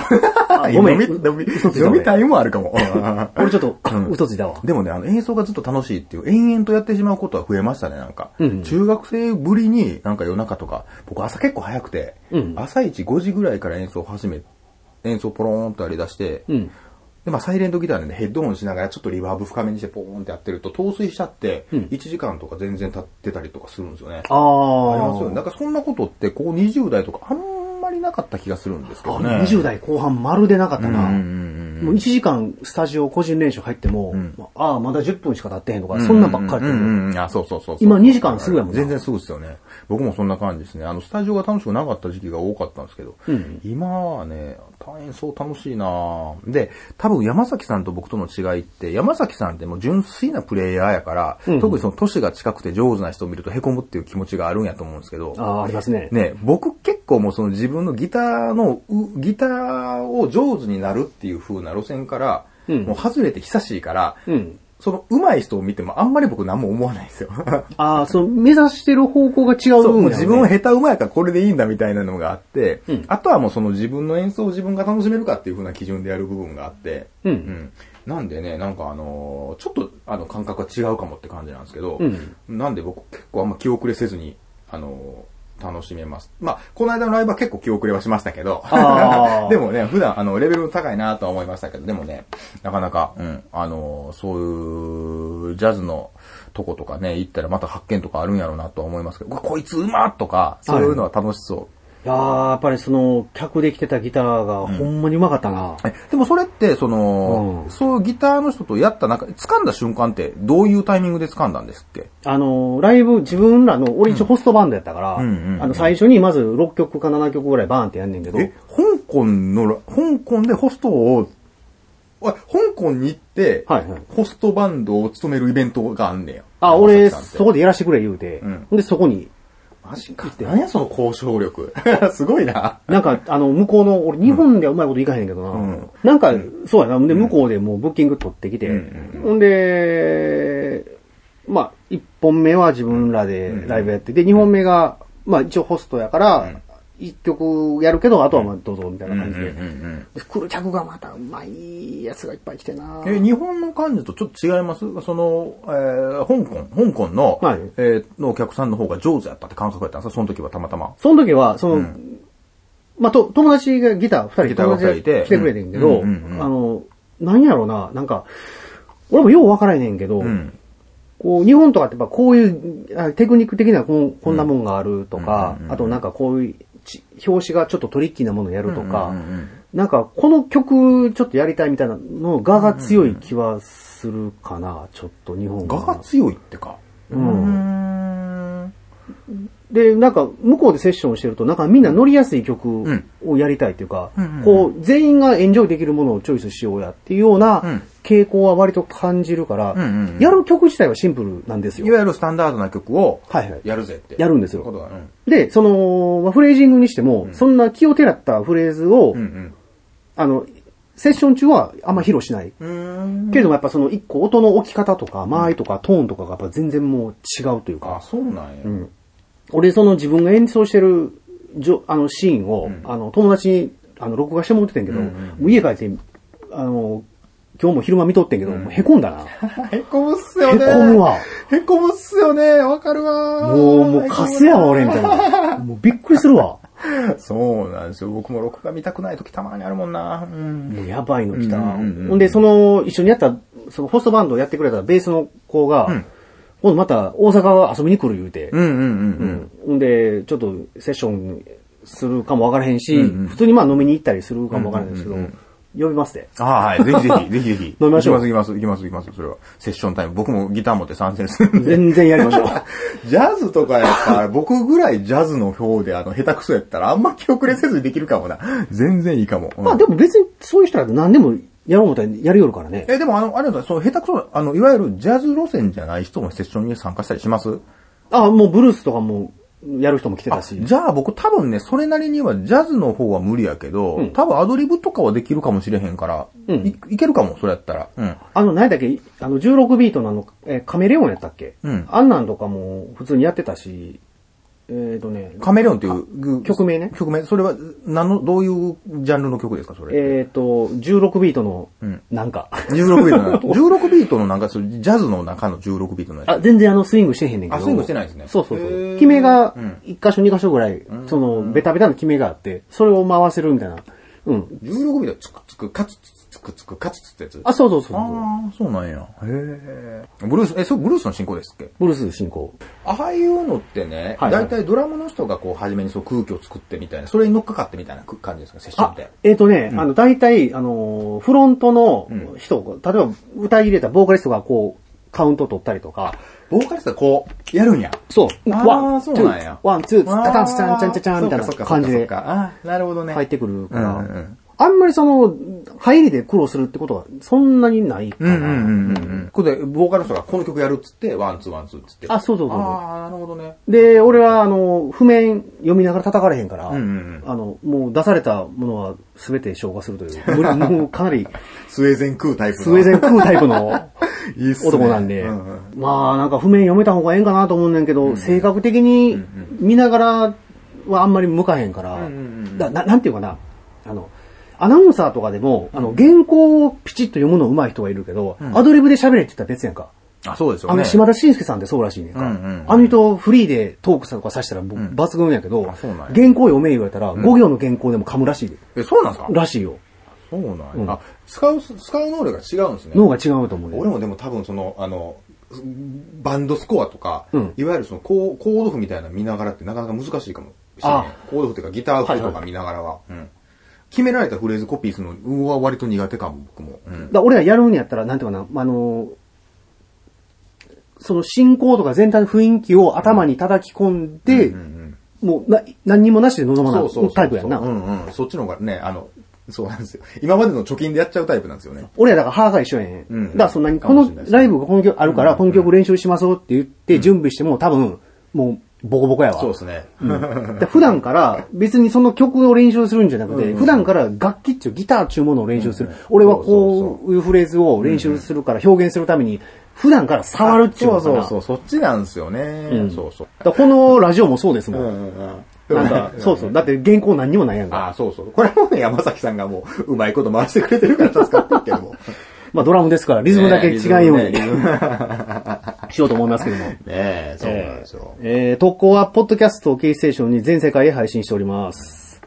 Speaker 1: あ
Speaker 2: う。
Speaker 1: ごめん
Speaker 2: 飲み飲み
Speaker 1: 嘘ついた
Speaker 2: 飲みたいもあるかも。
Speaker 1: 俺ちょっと、嘘ついたわ。
Speaker 2: でもね、あの、演奏がずっと楽しいっていう、延々とやってしまうことは増えましたね、なんか。
Speaker 1: うんうん
Speaker 2: 中学生ぶりに、なんか夜中とか、僕朝結構早くて、
Speaker 1: うん
Speaker 2: 朝一5時ぐらいから演奏を始め、演奏ポローンとやり出して、
Speaker 1: うん。
Speaker 2: で、まあ、サイレントギターなんでヘッドホンしながらちょっとリバーブ深めにしてポーンってやってると、陶酔しちゃって、
Speaker 1: うん
Speaker 2: 1時間とか全然経ってたりとかするんですよね。
Speaker 1: ああ。
Speaker 2: ありますよね。なんかそんなことって、ここ20代とかあんまりなかった気がするんですけどね。
Speaker 1: あ20代後半まるでなかったな。
Speaker 2: うんうん
Speaker 1: もう1時間スタジオ個人練習入っても、ああ、まだ10分しか経ってへんとか、そんなんばっかり
Speaker 2: う
Speaker 1: で
Speaker 2: んうんうんあ、そうそうそうそう。
Speaker 1: 今2時間すぐやもんな
Speaker 2: 全然すぐですよね。僕もそんな感じですね。あの、スタジオが楽しくなかった時期が多かったんですけど、
Speaker 1: うん
Speaker 2: 今はね、大変そう楽しいなぁで、多分山崎さんと僕との違いって、山崎さんってもう純粋なプレイヤーやから、
Speaker 1: うん
Speaker 2: 特にその都市が近くて上手な人を見ると凹むっていう気持ちがあるんやと思うんですけど、
Speaker 1: ああ、ありますね。
Speaker 2: ね、僕結構もうその自分のギターのう、ギターを上手になるっていう風な路線から、
Speaker 1: うん
Speaker 2: もう外れて久しいから、
Speaker 1: うん。
Speaker 2: その上手い人を見てもあんまり僕何も思わないんですよ。
Speaker 1: あ *laughs* あ、その目指してる方向が違う
Speaker 2: そ
Speaker 1: 分
Speaker 2: う、もう
Speaker 1: 野、ね、
Speaker 2: 自分は下手上手いからこれでいいんだみたいなのがあって、
Speaker 1: うん
Speaker 2: あとはもうその自分の演奏を自分が楽しめるかっていう風な基準でやる部分があって、
Speaker 1: うん
Speaker 2: なんでね、なんかあのーちょっとあの感覚が違うかもって感じなんですけど、
Speaker 1: うん
Speaker 2: なんで僕結構あんま気遅れせずに、あのー楽しめます。まあ、この間のライブは結構気遅れはしましたけど *laughs*
Speaker 1: あー、
Speaker 2: でもね、普段あの、レベルの高いなとは思いましたけど、でもね、なかなか、うん、あのーそういう、ジャズのとことかね、行ったらまた発見とかあるんやろうなとは思いますけど、うわこいつうまっとか、そういうのは楽しそう。
Speaker 1: いやーやっぱりその、客で来てたギターがほんまにうまかったな。
Speaker 2: えでもそれって、その、
Speaker 1: うん
Speaker 2: そういうギターの人とやった中、掴んだ瞬間ってどういうタイミングで掴んだんですっけ
Speaker 1: あのー、ライブ、自分らの、俺一応ホストバンドやったから、
Speaker 2: うんうんうんうん
Speaker 1: あの、最初にまず6曲か7曲ぐらいバーンってやんねんけど、
Speaker 2: え、香港の、香港でホストを、あ香港に行って、
Speaker 1: はいはい
Speaker 2: ホストバンドを務めるイベントがあんねや。
Speaker 1: あ、俺、
Speaker 2: 山崎さ
Speaker 1: そ
Speaker 2: んって
Speaker 1: こでやらしてくれ言うて、
Speaker 2: うん
Speaker 1: で、そこに
Speaker 2: マジか。何やその交渉力。 *laughs* すごいな。
Speaker 1: なんか、あの、向こうの、俺、日本ではうまいこといかへんけどな。
Speaker 2: うん
Speaker 1: なんか、そうやな。で、向こうでもうブッキング取ってきて。
Speaker 2: うん
Speaker 1: ほんで、まあ、一本目は自分らでライブやって。で、二本目が、まあ、一応ホストやから、一曲やるけど、あとはまあ、どうぞ、みたいな感じで。来る客がまた、うまいやつがいっぱい来てな。
Speaker 2: え、日本の感じとちょっと違いますその、えー香港、香港の、
Speaker 1: はい
Speaker 2: えーのお客さんの方が上手やったって感覚やったんですかその時はたまたま。
Speaker 1: その時は、その、
Speaker 2: ん
Speaker 1: まあ、と、友達がギター、二人
Speaker 2: ギターが二人いて
Speaker 1: 友達が来てくれてんけど、
Speaker 2: うんうんうんうん
Speaker 1: あの、なんやろな、なんか、俺もようわからへんねんけど、
Speaker 2: うん。
Speaker 1: こう、日本とかってやっぱこういうあテクニック的なこんこんなもんがあるとか、あとなんかこういうち表紙がちょっとトリッキーなものをやるとか、
Speaker 2: うんうんうん
Speaker 1: なんかこの曲ちょっとやりたいみたいなのがが強い気はするかな、ちょっと日本
Speaker 2: 画が強いってか。
Speaker 1: うんで、なんか向こうでセッションをしてると、なんかみんな乗りやすい曲
Speaker 2: ん
Speaker 1: をやりたいというか、
Speaker 2: うんうんうん
Speaker 1: こう、全員がエンジョイできるものをチョイスしようやっていうよう
Speaker 2: う
Speaker 1: なん傾向は割と感じるから、
Speaker 2: うんうんうん
Speaker 1: やる曲自体はシンプルなんですよ
Speaker 2: い。わゆるスタンダードな曲を、
Speaker 1: はいはい
Speaker 2: やるぜって。
Speaker 1: やるんですよ
Speaker 2: ことだうん
Speaker 1: で、その、まあフレージングにしても、そんな気をてらったフレーズを、
Speaker 2: うん
Speaker 1: あの、セッション中はあんま披露しない。
Speaker 2: うん。
Speaker 1: けれどもやっぱその一個音の置き方とか、間合いとか、トーンとかがやっぱ全然もう違うという
Speaker 2: あ、
Speaker 1: か、
Speaker 2: そうなんや。うん
Speaker 1: 俺その自分が演奏してるじょあのシーンを、あの友達にあの録画してもらってたんやけど、もう家帰って、あの、今日も昼間見とってんけど、もうへこんだな。
Speaker 2: へこむっすよね。
Speaker 1: へこむわ。
Speaker 2: へこむっすよね。わかるわ。
Speaker 1: もう、もうカスやわ俺みたいな。もうびっくりするわ。
Speaker 2: そうなんですよ。僕も録画見たくない時たまにあるもんな。うん。
Speaker 1: もうやばいの来た。
Speaker 2: うん
Speaker 1: ほ
Speaker 2: うんうんうん
Speaker 1: んで、その、一緒にやった、そのホストバンドをやってくれたベースの子が、
Speaker 2: ん
Speaker 1: 今度また大阪遊びに来る言うて、
Speaker 2: うんうんう
Speaker 1: うんんほんで、ちょっとセッションするかもわからへんし、
Speaker 2: うんうん
Speaker 1: 普通にまあ飲みに行ったりするかもわからへんですけど、呼びますで。
Speaker 2: あはい。ぜひぜひ、ぜひぜひ。
Speaker 1: 飲みましょう
Speaker 2: 行きます、行きます、行きます、行きます。それは。セッションタイム。僕もギター持って参戦するんで。
Speaker 1: 全然やりま *laughs* しょう。
Speaker 2: *laughs* ジャズとかやっぱ、僕ぐらいジャズの表であの、下手くそやったらあんま記憶れせずにできるかもな。全然いいかも。うん
Speaker 1: まあでも別にそういう人ら何でもやろう思ったらやりよるからね。
Speaker 2: え、でもあの、あれだ、そう、下手くそな、あの、いわゆるジャズ路線じゃない人もセッションに参加したりします
Speaker 1: あ、もうブルースとかも、やる人も来てたし。
Speaker 2: じゃあ僕多分ね、それなりにはジャズの方は無理やけど、
Speaker 1: うん
Speaker 2: 多分アドリブとかはできるかもしれへんから、
Speaker 1: うん
Speaker 2: いいけるかも、それやったら。うん。
Speaker 1: あの、何だっけ、あの、16ビートのあの、えーカメレオンやったっけ
Speaker 2: うん
Speaker 1: あんなんとかも普通にやってたし、えっ、ー、とね、
Speaker 2: カメレオンっていう
Speaker 1: 曲名ね
Speaker 2: 曲名。それは、何の、どういうジャンルの曲ですか、それ。
Speaker 1: えっ、ー、と、16ビートの
Speaker 2: ん、
Speaker 1: なんか。 *laughs*
Speaker 2: 16ビートの、16ビートのなんか、そうジャズの中の16ビートのやつ。
Speaker 1: あ、全然あの、スイングしてへんねんけど。
Speaker 2: あスイングしてないですね
Speaker 1: そうそうそ
Speaker 2: へ
Speaker 1: う。
Speaker 2: ー
Speaker 1: 決めが、1箇所2箇所ぐらい、その、ベタベタの決めがあって、それを回せるみたいな。うん。
Speaker 2: 16ビート、つくつく、カツツツつくつく、カツツってやつ。
Speaker 1: あ、そうそうそうそう。
Speaker 2: あー、そうなんや。へえ。ブルース、え、そう、ブルースの進行ですっけ
Speaker 1: ブルース進行。
Speaker 2: ああいうのってね、
Speaker 1: はいはい
Speaker 2: 大体ドラムの人がこう、初めにそう空気を作ってみたいな、それに乗っかかってみたいな感じですか、セッション
Speaker 1: あ
Speaker 2: って。、
Speaker 1: えっ、ー、とね、あの、大体、あのー、フロントの人、例えば歌い入れたボーカリストがこう、カウント取ったりとか、
Speaker 2: ボーカリストがこう、やるんや。
Speaker 1: そう。
Speaker 2: あー
Speaker 1: ワン、ツ
Speaker 2: そうなんや
Speaker 1: ー、ワン、ツー、
Speaker 2: あー
Speaker 1: タタン、チャン、チャン、チャンチャン、みたいな
Speaker 2: そうか
Speaker 1: 感じ
Speaker 2: そう
Speaker 1: で
Speaker 2: かそうかあーなるほどね。
Speaker 1: 入ってくるから、
Speaker 2: うんうん
Speaker 1: あんまりその、入りで苦労するってことはそんなにないか
Speaker 2: う
Speaker 1: な。
Speaker 2: んうんうんうん。これで、ボーカルの人がこの曲やるっつって、ワンツーワンツーっつって。
Speaker 1: あ、そうそうそうそ
Speaker 2: あー、なるほどね。
Speaker 1: う。で、俺は、あの、譜面読みながら叩かれへんから、
Speaker 2: んうん
Speaker 1: あの、もう出されたものは全て消化するという、無理もうかなり
Speaker 2: スウェーデン空タイプの
Speaker 1: スウェーデン食うタイプの
Speaker 2: いいっすね
Speaker 1: 男なんで、
Speaker 2: うんうん
Speaker 1: まあなんか譜面読めた方がええんかなと思うねんけど、性格的に見ながらはあんまり向かへんから、
Speaker 2: んうんうん
Speaker 1: だななんていうかな、あの、アナウンサーとかでも、あの、原稿をピチッと読むの上手い人がいるけど、アドリブで喋れって言ったら別やんか。
Speaker 2: あ、そうですよ
Speaker 1: あ
Speaker 2: ね。
Speaker 1: の、島田紳介さんってそうらしいねんか。
Speaker 2: うんうんうん
Speaker 1: あの人、フリーでトークさとかさしたら僕抜群やけど、
Speaker 2: あそうなんや
Speaker 1: 原稿読め言われたら、5行の原稿でも噛むらしいで。
Speaker 2: え、そうなんですから
Speaker 1: しいよ。
Speaker 2: そうなんや。
Speaker 1: うん
Speaker 2: あ、使う、使う能力が違うんですね。
Speaker 1: 脳が違うと思うね。
Speaker 2: 俺もでも多分その、あの、バンドスコアとか、
Speaker 1: うん
Speaker 2: いわゆるそのコーコード譜みたいなの見ながらってなかなか難しいかもしれない
Speaker 1: あ。
Speaker 2: コード譜っていうかギター譜と
Speaker 1: はい
Speaker 2: か
Speaker 1: は
Speaker 2: 見ながらは。うん決められたフレーズコピーするのうわ割と苦手かも、僕も。うん
Speaker 1: だ俺らやるんやったら、なんていうかな、まああのーその進行とか全体の雰囲気を頭に叩き込んで、もうな何にもなしで臨まな
Speaker 2: そうそうそう
Speaker 1: いタイプやん
Speaker 2: う
Speaker 1: な。
Speaker 2: んうん。そっちの方がね、あの、そうなんですよ。今までの貯金でやっちゃうタイプなんですよね。
Speaker 1: 俺らだから歯が一緒やね、
Speaker 2: うん
Speaker 1: ん。だからそんなに、
Speaker 2: か
Speaker 1: こ
Speaker 2: も
Speaker 1: の
Speaker 2: しれないですね
Speaker 1: ライブがこの曲あるから、この曲練習しましょうって言って準備しても、多分、もうボコボコやわ。
Speaker 2: そうですね。
Speaker 1: で普段から別にその曲を練習するんじゃなくて、普段から楽器っちゅうギターっちゅうものを練習する。俺はこういうフレーズを練習するから表現するために、普段から触るっちゅう
Speaker 2: そ
Speaker 1: の
Speaker 2: う
Speaker 1: かな
Speaker 2: そうそう、そっちなんですよね。そうそう。
Speaker 1: だからこのラジオもそうですもん。
Speaker 2: んうん
Speaker 1: なんか、そうそう。だって原稿何にもないやんか。
Speaker 2: *laughs* ああ、そうそう。これもね、山崎さんがもう、うまいこと回してくれてるから助かってるけども。
Speaker 1: まあドラムですから、リズムだけ違うように
Speaker 2: ねリズムねリズム
Speaker 1: *laughs* しようと思いますけども。
Speaker 2: ねえ、そうなんですよ。
Speaker 1: えー、投稿は、ポッドキャストをキーステーションに全世界へ配信しております。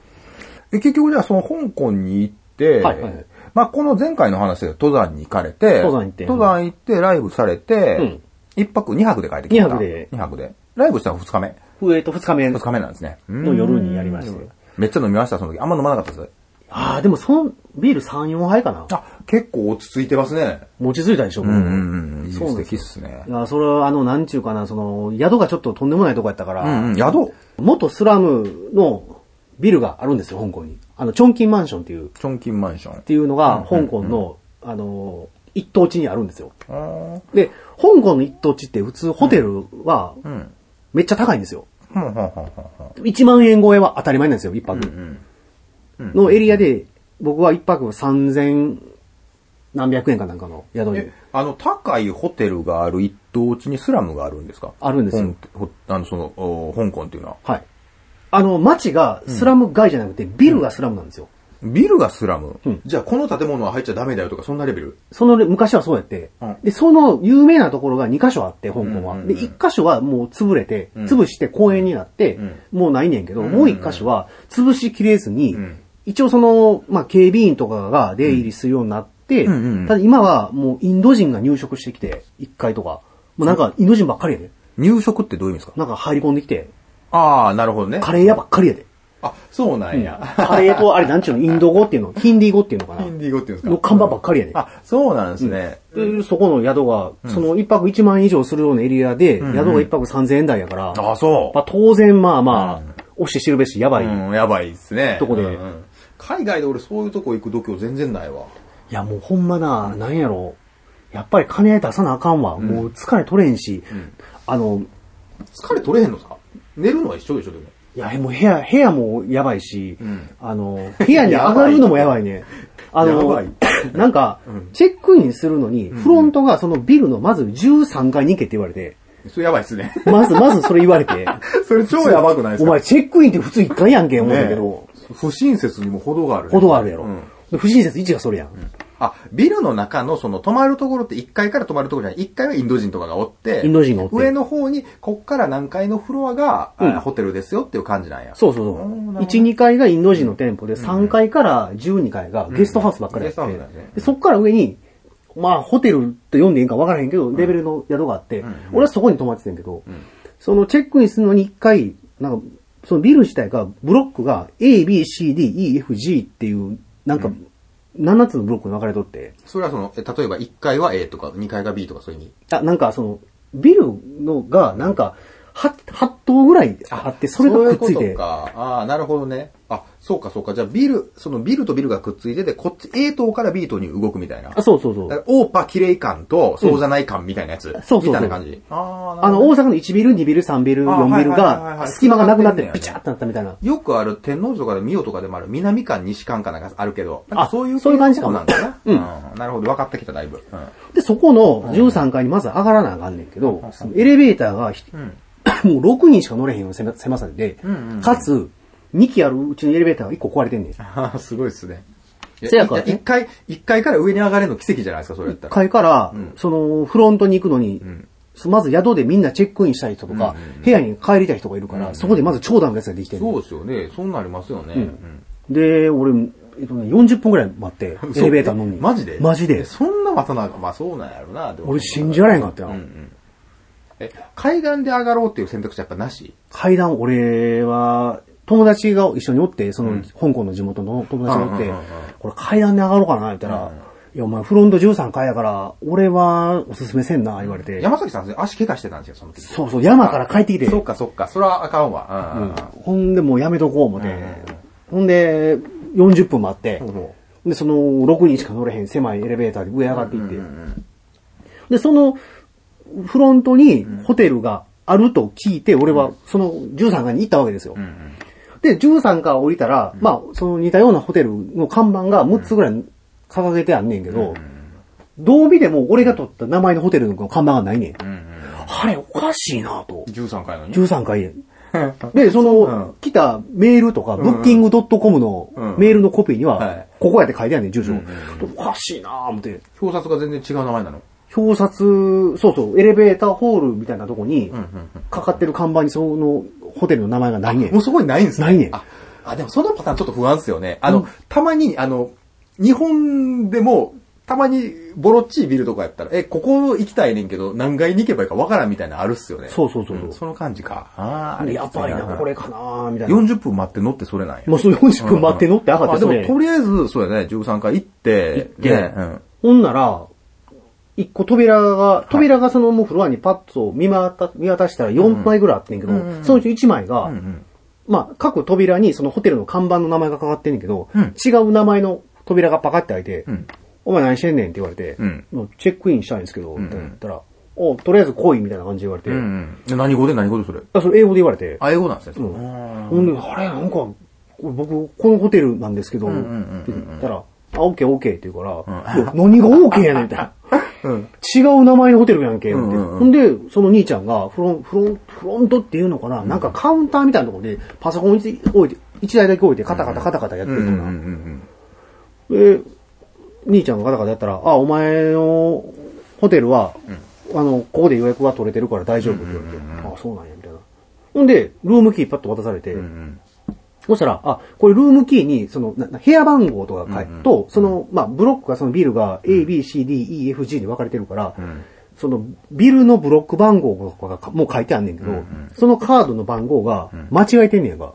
Speaker 2: え結局じゃあその香港に行って、
Speaker 1: はいはい
Speaker 2: まあこの前回の話で登山に行かれて、
Speaker 1: 登山行って
Speaker 2: 登山行ってライブされて
Speaker 1: ん、
Speaker 2: 一、泊、二泊で帰ってきた。
Speaker 1: 二泊で
Speaker 2: 二泊で。ライブしたの二日目。
Speaker 1: えっと、二日目
Speaker 2: 二日目なんですね。うん
Speaker 1: の夜にやりまして。
Speaker 2: めっちゃ飲みました、その時。あんま飲まなかったです。
Speaker 1: ああ、でもその、ビール3、4杯かな。
Speaker 2: あ、結構落ち着いてますね。
Speaker 1: 持ちついたでしょ、う
Speaker 2: うんうんうん。いい
Speaker 1: そうな
Speaker 2: 素
Speaker 1: んです
Speaker 2: 敵っ
Speaker 1: よ
Speaker 2: すね
Speaker 1: い。や、それはあの、なんちゅうかな、その、宿がちょっととんでもないとこやったから、
Speaker 2: うんうん、宿。
Speaker 1: 元スラムのビルがあるんですよ、香港に。あの、チョンキンマンションっていう。
Speaker 2: チョンキンマンション
Speaker 1: っ。ていうのが、香港の、あのー、一等地にあるんですよ。
Speaker 2: あー
Speaker 1: で、香港の一等地って普通ホテルは、
Speaker 2: ん
Speaker 1: めっちゃ高いんですよ。
Speaker 2: ほんほんほんほんほん。
Speaker 1: 1万円超えは当たり前なんですよ、一泊。のエリアで、僕は一泊3000何百円かなんかの宿に
Speaker 2: え。、あの、高いホテルがある一等地にスラムがあるんですか
Speaker 1: あるんですよ
Speaker 2: ほんほあの、その、お香港っていうのは。
Speaker 1: はい。あの、街がスラム街じゃなくて、ビルがスラムなんですよ。
Speaker 2: ビルがスラム、
Speaker 1: うん
Speaker 2: じゃあ、この建物は入っちゃダメだよとか、そんなレベル
Speaker 1: その、昔はそうやって
Speaker 2: うん。
Speaker 1: で、その有名なところが2カ所あって、香港
Speaker 2: うんうん
Speaker 1: は。
Speaker 2: うん
Speaker 1: で、1カ所はもう潰れて、
Speaker 2: ん
Speaker 1: 潰して公園になって
Speaker 2: ん、
Speaker 1: もうないねんけど、
Speaker 2: ん
Speaker 1: もう1カ所は潰しきれずに
Speaker 2: うん、
Speaker 1: 一応その、まあ、警備員とかが出入りするようになって
Speaker 2: うんうんうん、
Speaker 1: ただ今はもうインド人が入植してきて、1階とか。もうなんかインド人ばっかりやで。
Speaker 2: 入植ってどういう意味ですか
Speaker 1: なんか入り込んできて、
Speaker 2: ああ、なるほどね。
Speaker 1: カレー屋ばっかりやで。
Speaker 2: あ、そうなんや。
Speaker 1: カレーと、あれなんちゅうの、インド語っていうの、ヒンディー語っていうのかな。
Speaker 2: インディー語っていうんですか
Speaker 1: の看板ばっかりやね
Speaker 2: あ、そうなんですね。
Speaker 1: で、そこの宿が、その一泊一万円以上するようなエリアで、宿が一泊三千円台やから、
Speaker 2: ああ、そ
Speaker 1: まあ当然まあまあ、押して知るべし、やば
Speaker 2: う。
Speaker 1: い。
Speaker 2: うん、やばいですね。
Speaker 1: とこで
Speaker 2: うんうん海外で俺そういうとこ行く度胸全然ないわ。
Speaker 1: いや、もうほんまな、なんやろ。やっぱり金出さなあかんわ。もう疲れ取れんし、あの、
Speaker 2: 疲れ取れへんのさ。寝るのは一緒でしょ、でも。
Speaker 1: いや、もう部屋、部屋もやばいし、
Speaker 2: ん
Speaker 1: あの、部屋に上がるの *laughs* もやばいね。あ
Speaker 2: やば
Speaker 1: の
Speaker 2: い、
Speaker 1: *laughs* なんか、チェックインするのに、フロントがそのビルのまず13階に行けって言われて、
Speaker 2: それやばいっすね。 *laughs*
Speaker 1: まず、まずそれ言われて、
Speaker 2: それ超やばくないです
Speaker 1: お
Speaker 2: か
Speaker 1: 前チェックインって普通1階やんけ、思うんだけど
Speaker 2: ね、不親切にも程があるね、
Speaker 1: ほどあるやろ
Speaker 2: うん。
Speaker 1: で不親切1がそれやん。
Speaker 2: あ、ビルの中のその泊まるところって1階から泊まるところじゃない。1階はインド人とかがおって、
Speaker 1: インド人がおって
Speaker 2: 上の方に、こっから何階のフロアが、あ
Speaker 1: うん
Speaker 2: ホテルですよっていう感じなんや。
Speaker 1: そうそうそう。1、2階がインド人の店舗で、3階から12階がゲストハウスばっかりやって
Speaker 2: うんゲストハウスだね
Speaker 1: でそっから上に、まあ、ホテルって読んでいいんか分からへんけど、レベルの宿があって、俺はそこに泊まってたんやけど、そのチェックインするのに1回、なんか、そのビル自体が、ブロックが A, B, C, D, E, F, G っていう、なんか、7つのブロックに分かれとって、
Speaker 2: それはその、え例えば1階は A とか2階が B とかそういう意味。
Speaker 1: あ、なんかその、ビルのが、なんか、8、8棟ぐらいあって、それがくっつい
Speaker 2: そういう
Speaker 1: て
Speaker 2: こと、か。ああ、なるほどね。あ、そうかそうか。じゃあビル、そのビルとビルがくっついてて、こっち A 棟から B 棟に動くみたいな。
Speaker 1: あそうそうそう
Speaker 2: だ。からオーパ綺麗感と、そうじゃない感みたいなや
Speaker 1: そ
Speaker 2: つ。
Speaker 1: うそうそう
Speaker 2: みたいな感じ。ああ、
Speaker 1: あ
Speaker 2: なる
Speaker 1: の、
Speaker 2: ほど
Speaker 1: 大阪の1ビル、2ビル、3ビル、
Speaker 2: あ
Speaker 1: 4ビル
Speaker 2: はいはいはいは
Speaker 1: が、
Speaker 2: い
Speaker 1: 隙間がなくなっ
Speaker 2: つな
Speaker 1: て
Speaker 2: が、っ
Speaker 1: ピ
Speaker 2: てん
Speaker 1: チ
Speaker 2: ね
Speaker 1: ャーってなったみたいな。
Speaker 2: よくある天皇とかでミオとかでもある南館西館かなんかあるけど、なん
Speaker 1: あ
Speaker 2: かそういう
Speaker 1: そういう感じかも
Speaker 2: なんだな。うん。なるほど。分かってきた、だいぶ。うん
Speaker 1: で、そこの13階にまず上がらなあかんねんけど、そのエレベーターがひ、もう6人しか乗れへんような狭狭さで
Speaker 2: んうんう、ん
Speaker 1: かつ、2機あるうちのエレベーターが1個壊れてんねん。1
Speaker 2: あー。 *laughs* すごいっすね。い
Speaker 1: せやからね
Speaker 2: 一回、一階から上に上がれるの奇跡じゃないですか、それやったら。
Speaker 1: 階から、その、フロントに行くのに、まず宿でみんなチェックインしたい人とか、部屋に帰りたい人がいるから、そこでまず長蛇の列ができてる。
Speaker 2: そうですよね。そうなりますよね。うん
Speaker 1: で、俺、えっとね、40分くらい待
Speaker 2: *laughs*
Speaker 1: って、エレベーターのみ。
Speaker 2: マジで
Speaker 1: マジ
Speaker 2: え
Speaker 1: で。
Speaker 2: そんなまたなんか、まあそうなんやろな。でも
Speaker 1: 俺信じられへんかったよ。
Speaker 2: え、階段で上がろうっていう選択肢はやっぱなし
Speaker 1: 階段、俺は、友達が一緒におって、その、香港の地元の友達がおって、
Speaker 2: うんうんうんうん
Speaker 1: これ階段で上がろうかな、言ったら、いや、お前フロント13階やから、俺はおすすめせんな、言われて。
Speaker 2: 山崎さん足怪我してたんですよ、その時。
Speaker 1: そうそう、山から帰ってきて、
Speaker 2: そっかそっか、それはあかんわ。うんうんうん。
Speaker 1: ほんでもうやめとこう、思って、ほんで、40分待って、
Speaker 2: ほ
Speaker 1: で、その、6人しか乗れへん狭いエレベーターで上上がっていって、で、その、フロントにホテルがあると聞いて、俺はその13階に行ったわけですよ。で、13から降りたら、まあ、その似たようなホテルの看板が6つぐらい掲げてあんねんけど、どう見ても俺が取った名前のホテルの看板がないねん。あれ、おかしいなと。
Speaker 2: 13回のに。
Speaker 1: 13回で、その、来たメールとか、ブッキング .com のメールのコピーに
Speaker 2: は、
Speaker 1: はいここやって書いてあるねん、住所。おかしいなぁ、思って。
Speaker 2: 表札が全然違う名前なの。
Speaker 1: 表札、そうそう、エレベーターホールみたいなとこに、かかってる看板にそのホテルの名前がないねん
Speaker 2: もう。そこにないんですね
Speaker 1: ないねん
Speaker 2: あ、あでもそのパターンちょっと不安ですよね。あの、たまに、あの、日本でも、たまにボロっちいビルとかやったら、え、ここ行きたいねんけど、何階に行けばいいかわからんみたいなのあるっすよね。
Speaker 1: そうそうそう
Speaker 2: うんその感じか。あーあれ
Speaker 1: やばいな、これかなぁ、みたいな。
Speaker 2: 40分待って乗ってそれなんや。
Speaker 1: もうそう40分待って乗って上がって
Speaker 2: あ
Speaker 1: そ
Speaker 2: でも、と
Speaker 1: れ。
Speaker 2: りあえず、そうやね、13回行って、
Speaker 1: 行って
Speaker 2: ねうん
Speaker 1: ほんなら、一個扉が、扉がそのもうフロアにパッと見渡見渡したら4枚ぐらいあってんけど、そのうち1枚が、まあ、各扉にそのホテルの看板の名前がかかってんねんけど、
Speaker 2: ん
Speaker 1: 違う名前の扉がパカって開いて、
Speaker 2: ん
Speaker 1: お前何してんねんって言われて、
Speaker 2: うん
Speaker 1: もうチェックインしたいんですけど、みたいな言ったら、お、とりあえず来いみたいな感じで言われて、
Speaker 2: うんうん。で何語で何語でそれ
Speaker 1: あそれ英語で言われて、
Speaker 2: あ、英語なんですね。それ
Speaker 1: ほんで、あれ、なんか、これ僕、このホテルなんですけど、って言ったら、あ、オッケーオッケーって言うから、いや何がオッケーやねんみたいな。違う名前のホテルやんけ、って。
Speaker 2: んうんうん
Speaker 1: ほんで、その兄ちゃんが、フロン、フロン、フロントっていうのかな、なんかカウンターみたいなところで、パソコン置いて、置いて、一台だけ置いて、カタカタカタカタやってるような。で、兄ちゃんがガタガタやったら、あ、お前のホテルは、あの、ここで予約が取れてるから大丈夫って言われて、あ、そうなんや、みたいな。ほんで、ルームキーパッと渡されて、そしたら、あ、これルームキーに、その、なな部屋番号とか書いと、その、まあ、ブロックが、そのビルが A, B, C, D, E, F, G に分かれてるから、その、ビルのブロック番号とかがかもう書いてあんねんけど、そのカードの番号が間違えてんねやんか。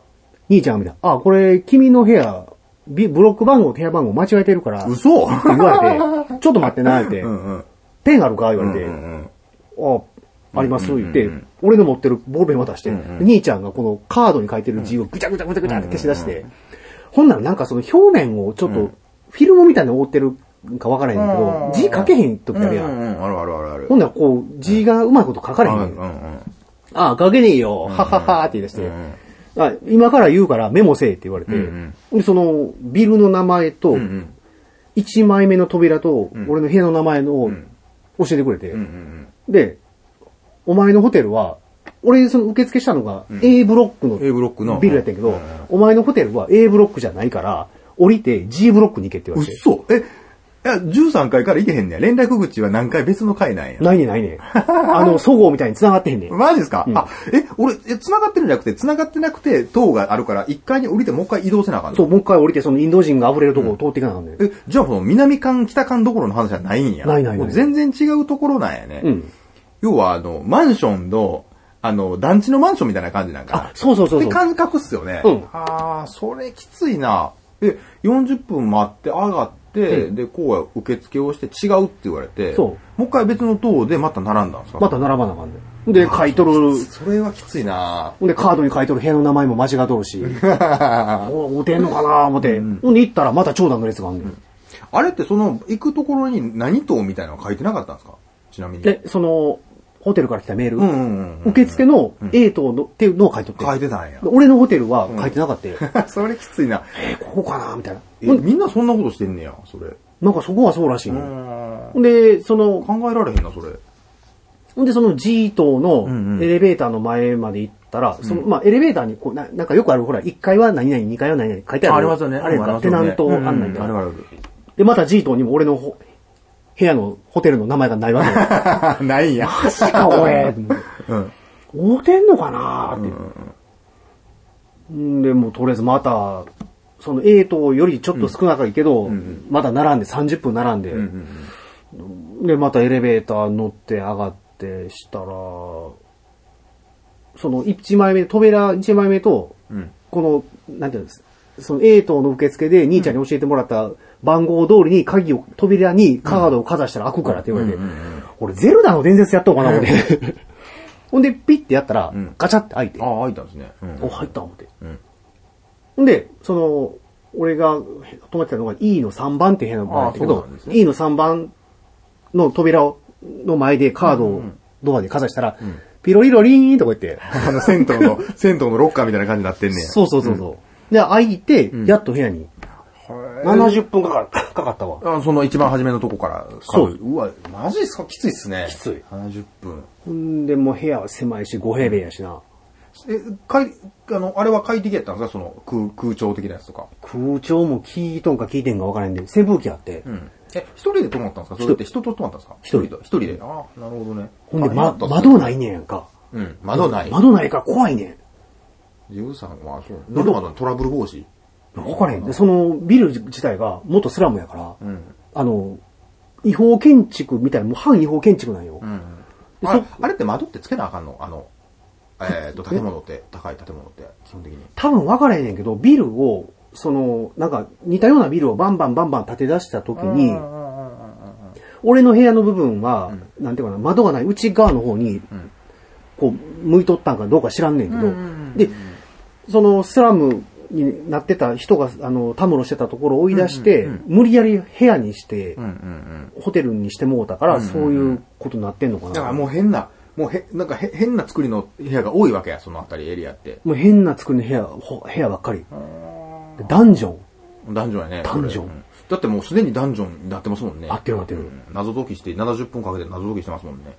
Speaker 1: 兄ちゃんが見たら、あ、これ、君の部屋、ビブロック番号と部屋番号間違えてるから、って
Speaker 2: 嘘 *laughs*
Speaker 1: 言われて、ちょっと待ってな、って、
Speaker 2: うんうん。
Speaker 1: ペンあるか言われて、
Speaker 2: うん
Speaker 1: あ、あります、言って、俺の持ってるボールペン渡して、兄ちゃんがこのカードに書いてる字をぐちゃぐちゃぐちゃぐちゃって消し出して、ほんならなんかその表面をちょっとフィルムみたいなのを覆ってるかわからへんけ
Speaker 2: う
Speaker 1: ど
Speaker 2: ん、
Speaker 1: 字書けへん時あるや。
Speaker 2: うんんうん、あるあるあるある。
Speaker 1: ほんならこう、字がうまいこと書かれへ
Speaker 2: うんん
Speaker 1: ね
Speaker 2: うん
Speaker 1: ん。
Speaker 2: うん。
Speaker 1: ああ、書けねえよ、はははって言い出して、
Speaker 2: うん
Speaker 1: あ、今から言うからメモせえって言われて、
Speaker 2: うん
Speaker 1: でその、ビルの名前と、
Speaker 2: うんうん
Speaker 1: 1枚目の扉と、俺の部屋の名前の教えてくれて、
Speaker 2: うんうん
Speaker 1: で、お前のホテルは、俺、その受付したのが A ブロックの
Speaker 2: A ブロックの
Speaker 1: ビルやったんやけ
Speaker 2: うん
Speaker 1: ど、お前のホテルは A ブロックじゃないから、降りて G ブロックに行けって言
Speaker 2: う
Speaker 1: わ
Speaker 2: っ
Speaker 1: れて。
Speaker 2: そえ、いや、13回から行けへんねや。連絡口は何回別の回なんや。
Speaker 1: ないねんないねん。
Speaker 2: *laughs*
Speaker 1: あの、そごうみたいに繋がってへんねん。
Speaker 2: マジですか、
Speaker 1: うん
Speaker 2: あ、え、俺、え繋がってるんじゃなくて、繋がってなくて、塔があるから、1階に降りてもう一回移動せなあかんの
Speaker 1: そう、もう一回降りて、そのインド人が溢れるとこを通っていかなあかんねん。
Speaker 2: え、じゃあ、その南館、北館どころの話じゃないんや。
Speaker 1: ないないない
Speaker 2: もう全然違うところなんやね。
Speaker 1: うん
Speaker 2: 要は、あの、マンションの、あの、団地のマンションみたいな感じなんかな。
Speaker 1: あ、そうそうそう
Speaker 2: って
Speaker 1: そう。
Speaker 2: 感覚っすよね。
Speaker 1: うん
Speaker 2: ああ、それきついな。で、40分待って上がって、で、こうや受付をして違うって言われて、
Speaker 1: そう
Speaker 2: もう一回別の塔でまた並んだんですか
Speaker 1: また並ばなあかんねん。で、買い取る、
Speaker 2: それはきついな
Speaker 1: ほんで、カードに書いとる部屋の名前も間違っとる
Speaker 2: *laughs*
Speaker 1: し。おう、おてんのかな思って。ほんで、行ったらまた長蛇の列があんねん。
Speaker 2: あれってその、行くところに何塔みたいなの書いてなかったんですかちなみに。
Speaker 1: で、その、ホテルから来たメール。
Speaker 2: うんうんうんうん。
Speaker 1: 受付の A 棟の、っていうのを書いとって。
Speaker 2: 書いてた
Speaker 1: *laughs*
Speaker 2: ん
Speaker 1: で。
Speaker 2: や
Speaker 1: 俺のホテルは書いてなか
Speaker 2: *laughs*
Speaker 1: ったよ。
Speaker 2: それきついな。
Speaker 1: え、ここかなみたいな。
Speaker 2: え
Speaker 1: ほんで
Speaker 2: みんなそんなことしてんねや、それ。
Speaker 1: なんかそこはそうらしいねん。
Speaker 2: 考
Speaker 1: ほんで、その、
Speaker 2: えられへんな、それ。
Speaker 1: ほんで、その G 棟
Speaker 2: んう
Speaker 1: の
Speaker 2: ん
Speaker 1: エレベーターの前まで行ったら、その、まあ、エレベーターに、こう、ななんかよくある、ほら、1階は何々、2階は何々、書いてある。あれか、テナント案内
Speaker 2: あ
Speaker 1: が
Speaker 2: るある。
Speaker 1: で、また G 棟にも俺のほ部屋のホテルの名前がないわけよ。
Speaker 2: *laughs* ないんや。
Speaker 1: マジ *laughs* か、おい。
Speaker 2: うん。
Speaker 1: 思ってんのかなーって。んで、もうとりあえずまた、その A 棟よりちょっと少なかいけど、まだ並んで、30分並んで、
Speaker 2: うん
Speaker 1: で、またエレベーター乗って上がってしたら、その1枚目、扉1枚目と、
Speaker 2: うん。
Speaker 1: この、なんていうんですその A 棟の受付で兄ちゃんに教えてもらった番号通りに鍵を、扉にカードをかざしたら開くからって言われて、俺ゼルダの伝説やっとうかな、俺。
Speaker 2: *laughs*
Speaker 1: ほんで、ピッてやったら
Speaker 2: ん、
Speaker 1: ガチャって開いて、
Speaker 2: ああ、開いたんですね。うん
Speaker 1: お、入った思って。
Speaker 2: うん
Speaker 1: ほんで、その、俺が泊まってたのが E の3番って部屋の前だったけ
Speaker 2: あそう
Speaker 1: ど
Speaker 2: なんで、すね
Speaker 1: E の3番の扉をの前でカードをドアでかざしたら、ピロリロリーンとか言って、
Speaker 2: あの、銭湯 *laughs* の、銭湯のロッカーみたいな感じになってんねや。
Speaker 1: そうそうそうそう。で、開いて、やっと部屋に。70分かかかかったわ。
Speaker 2: あその一番初めのとこから。
Speaker 1: そう
Speaker 2: うわ、マジっすかきついっすね。き
Speaker 1: つい
Speaker 2: 70分。
Speaker 1: ほんで、もう部屋は狭いし、5平米やしな。
Speaker 2: え、かい、あの、あれは快適やったんですかその空、空調的なやつとか。
Speaker 1: 空調も聞いとんか聞いてんか分からへんで、扇風機あって、
Speaker 2: うん。え、一人で泊まったんですかそれって人と泊まったんですか
Speaker 1: 一人
Speaker 2: 一人で。ああ、なるほどね。
Speaker 1: ほんで、
Speaker 2: あ
Speaker 1: ま、。
Speaker 2: よ
Speaker 1: 窓ないねんやんか。
Speaker 2: かったうん、窓ない。
Speaker 1: 窓ないから怖いねん。
Speaker 2: ジブさんは、そう。窓窓のトラブル防止
Speaker 1: 分からへん。で、そのビル自体が元スラムやから、
Speaker 2: うん。
Speaker 1: あの、違法建築みたいな、もう反違法建築なんよ。
Speaker 2: うん。
Speaker 1: で
Speaker 2: あれ
Speaker 1: そ、
Speaker 2: あれって窓ってつけなあかんのあの、えっと、建物って、高い建物って、基本的に。
Speaker 1: 多分分からへんねんけど、ビルを、その、なんか似たようなビルをバンバンバンバン建て出した時に、俺の部屋の部分は、なんていうかな、窓がない内側の方に、こう、向いとったんかどうか知らんねんけど、で、そのスラムになってた人が、あの、たむろしてたところを追い出して、無理やり部屋にして、
Speaker 2: うんうんうん。
Speaker 1: ホテルにしてもうたから、そういうことになってんのかな。
Speaker 2: だからもう変な、もうへ、なんかへ変な作りの部屋が多いわけや、そのあたりエリアって。
Speaker 1: もう変な作りの部屋、ほ部屋ばっかり。でダンジョン。
Speaker 2: ダンジョンやね。
Speaker 1: ダンジョン
Speaker 2: これうんだってもうすでにダンジョンになってますもんね。
Speaker 1: 合ってる合ってる
Speaker 2: うん謎解きして、70分かけて謎解きしてますもんね。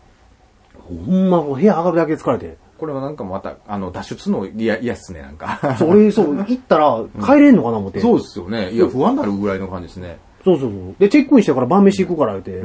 Speaker 1: ほんま、部屋上がるだけで疲れて。
Speaker 2: これはなんかまた、あの、脱出の嫌、嫌っすね、な
Speaker 1: *laughs*
Speaker 2: んか。
Speaker 1: そう、俺、そう、行ったら帰れんのかな思って。
Speaker 2: そう
Speaker 1: そう
Speaker 2: ですよね。いや、不安になるぐらいの感じですね。
Speaker 1: そうそう。で、チェックインしてから晩飯行くから言って、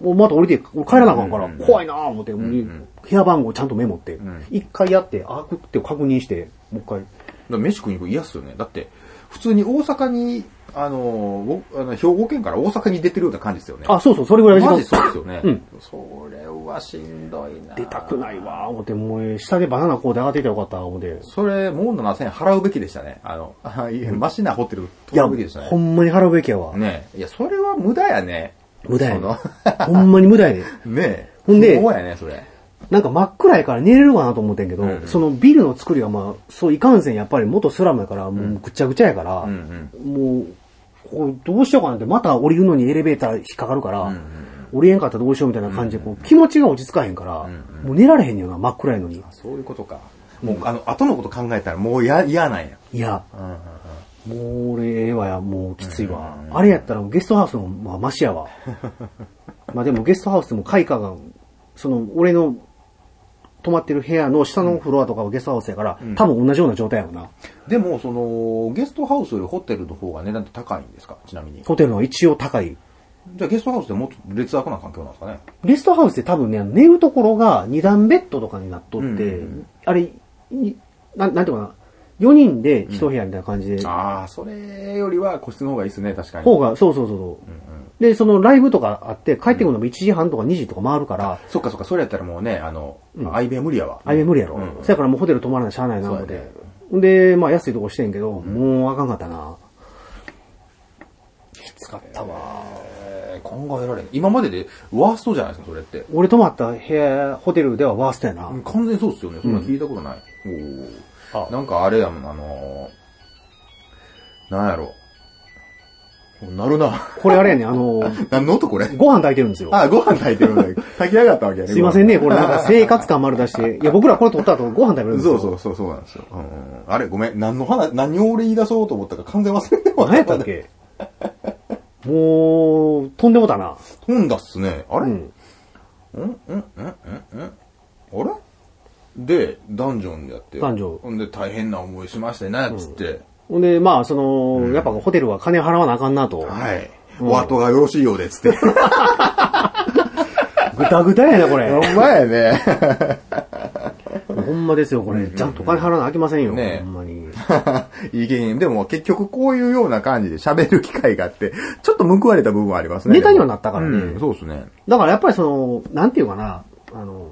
Speaker 1: もうまた降りて、俺帰らなあかんから、怖いなあ思って、部屋番号ちゃんとメモって、一回やって、開くって確認して、もう一回。
Speaker 2: だから飯食いに行く嫌っすよね。だって、普通に大阪に、あの、僕あの兵庫県から大阪に出てるような感じですよね。
Speaker 1: あ、そうそう、それぐらいの
Speaker 2: マジ
Speaker 1: 時間
Speaker 2: そうですよね。
Speaker 1: うん
Speaker 2: それはしんどいな。
Speaker 1: 出たくないわあ思って、もう下でバナナこうで上がっていたらよかった思って。
Speaker 2: それ、もう7000円払うべきでしたね。あの、あいやマシなホテル
Speaker 1: いや、
Speaker 2: 取るべきでした
Speaker 1: ほ
Speaker 2: ね。
Speaker 1: んまに払うべきやわ。
Speaker 2: ねえいや、それは無駄やね。
Speaker 1: 無駄やね
Speaker 2: そ
Speaker 1: *laughs*
Speaker 2: の
Speaker 1: ほんまに無駄やね
Speaker 2: *laughs* ねえ。
Speaker 1: ほんで
Speaker 2: 不毛やね、それ。
Speaker 1: なんか真っ暗やから寝れるかなと思ってんけど、
Speaker 2: うん
Speaker 1: そのビルの作りがまあ、そういかんせんやっぱり元スラムやから、もうぐちゃぐちゃやから、
Speaker 2: ん
Speaker 1: もう、こうどうしようかなって、また降りるのにエレベーター引っかかるから、降りれんかったらどうしようみたいな感じで、こう、気持ちが落ち着かへんから、もう寝られへんよな、真っ暗やのに。
Speaker 2: そういうことか。もう、あの、後のこと考えたらもうや嫌なんや。
Speaker 1: いや、もう俺、ええわや、もうきついわ。あれやったらゲストハウスの、まあ、マシや *laughs* わ。まあでもゲストハウスでも開花が、その、俺の泊まってる部屋の下のフロアとかはゲストハウスやから、多分同じような状態やろな。
Speaker 2: でも、その、ゲストハウスよりホテルの方が値段って高いんですかちなみに。
Speaker 1: ホテルは一応高い。
Speaker 2: じゃあゲストハウスってもっと劣悪な環境なんですかね
Speaker 1: ゲストハウスって多分ね、あの寝るところが二段ベッドとかになっとって、
Speaker 2: うんうん
Speaker 1: あれ、いななんていうかな、4人で一部屋みたいな感じで、
Speaker 2: ああ、それよりは個室の方がいいですね、確かに。
Speaker 1: 方が、そうそうそうそう、で、そのライブとかあって、帰ってくるのも1時半とか2時とか回るから、
Speaker 2: そっかそっか、それやったらもうね、あの、相部屋無理やわ。
Speaker 1: あれ無理やろ。
Speaker 2: うん
Speaker 1: そやからもうホテル泊まらないしゃあないなので。で、まあ安いとこしてんけど、もうあかんかったな。きつかったわ。
Speaker 2: えー考えられん。今まででワーストじゃないですか、それって。
Speaker 1: 俺泊まった部屋、ホテルではワーストやな。
Speaker 2: 完全にそうっすよね。そんな聞いたことない。おおー。なんかあれやもん、あのー、なんやろ。なるな。
Speaker 1: これあれやね、あの、
Speaker 2: 何の音これ *laughs*
Speaker 1: ご飯炊いてるんですよ。
Speaker 2: あ、ご飯炊いてるんだけど。炊き上がったわけやね。
Speaker 1: すいませんね、これなんか生活感丸出して。いや、僕らこれ撮った後ご飯食べるん
Speaker 2: ご
Speaker 1: で
Speaker 2: 飯。
Speaker 1: す
Speaker 2: そ
Speaker 1: よ。
Speaker 2: うそうそう、そうなんですよ。うんうんあれ、ごめん。何の話、何を俺言い出そうと思ったか完全忘れてもら
Speaker 1: 何やったっけもう、とんでもだな。
Speaker 2: 飛んだっすね。あれ、
Speaker 1: う
Speaker 2: うん、
Speaker 1: ん。
Speaker 2: うん、うん、うん、うん。あれで、ダンジョンでやって。
Speaker 1: ダンジョン
Speaker 2: ほんで、大変な思いしましたね、つって。
Speaker 1: ほんで、まあ、その、やっぱホテルは金払わなあかんなと。
Speaker 2: はい。
Speaker 1: うん
Speaker 2: お後がよろしいようで、つ
Speaker 1: *laughs*
Speaker 2: って。
Speaker 1: ぐたぐたやな、これ。
Speaker 2: ほんまやね。
Speaker 1: ほんまですよ、これ。ちゃんと金払わなあきませんよ。
Speaker 2: ねえ
Speaker 1: ほんまに。
Speaker 2: *laughs* いい経験。でも結局こういうような感じで喋る機会があって、ちょっと報われた部分はありますね。
Speaker 1: ネタにはなったからね
Speaker 2: うんそうですね。
Speaker 1: だからやっぱりその、なんていうかな、あの、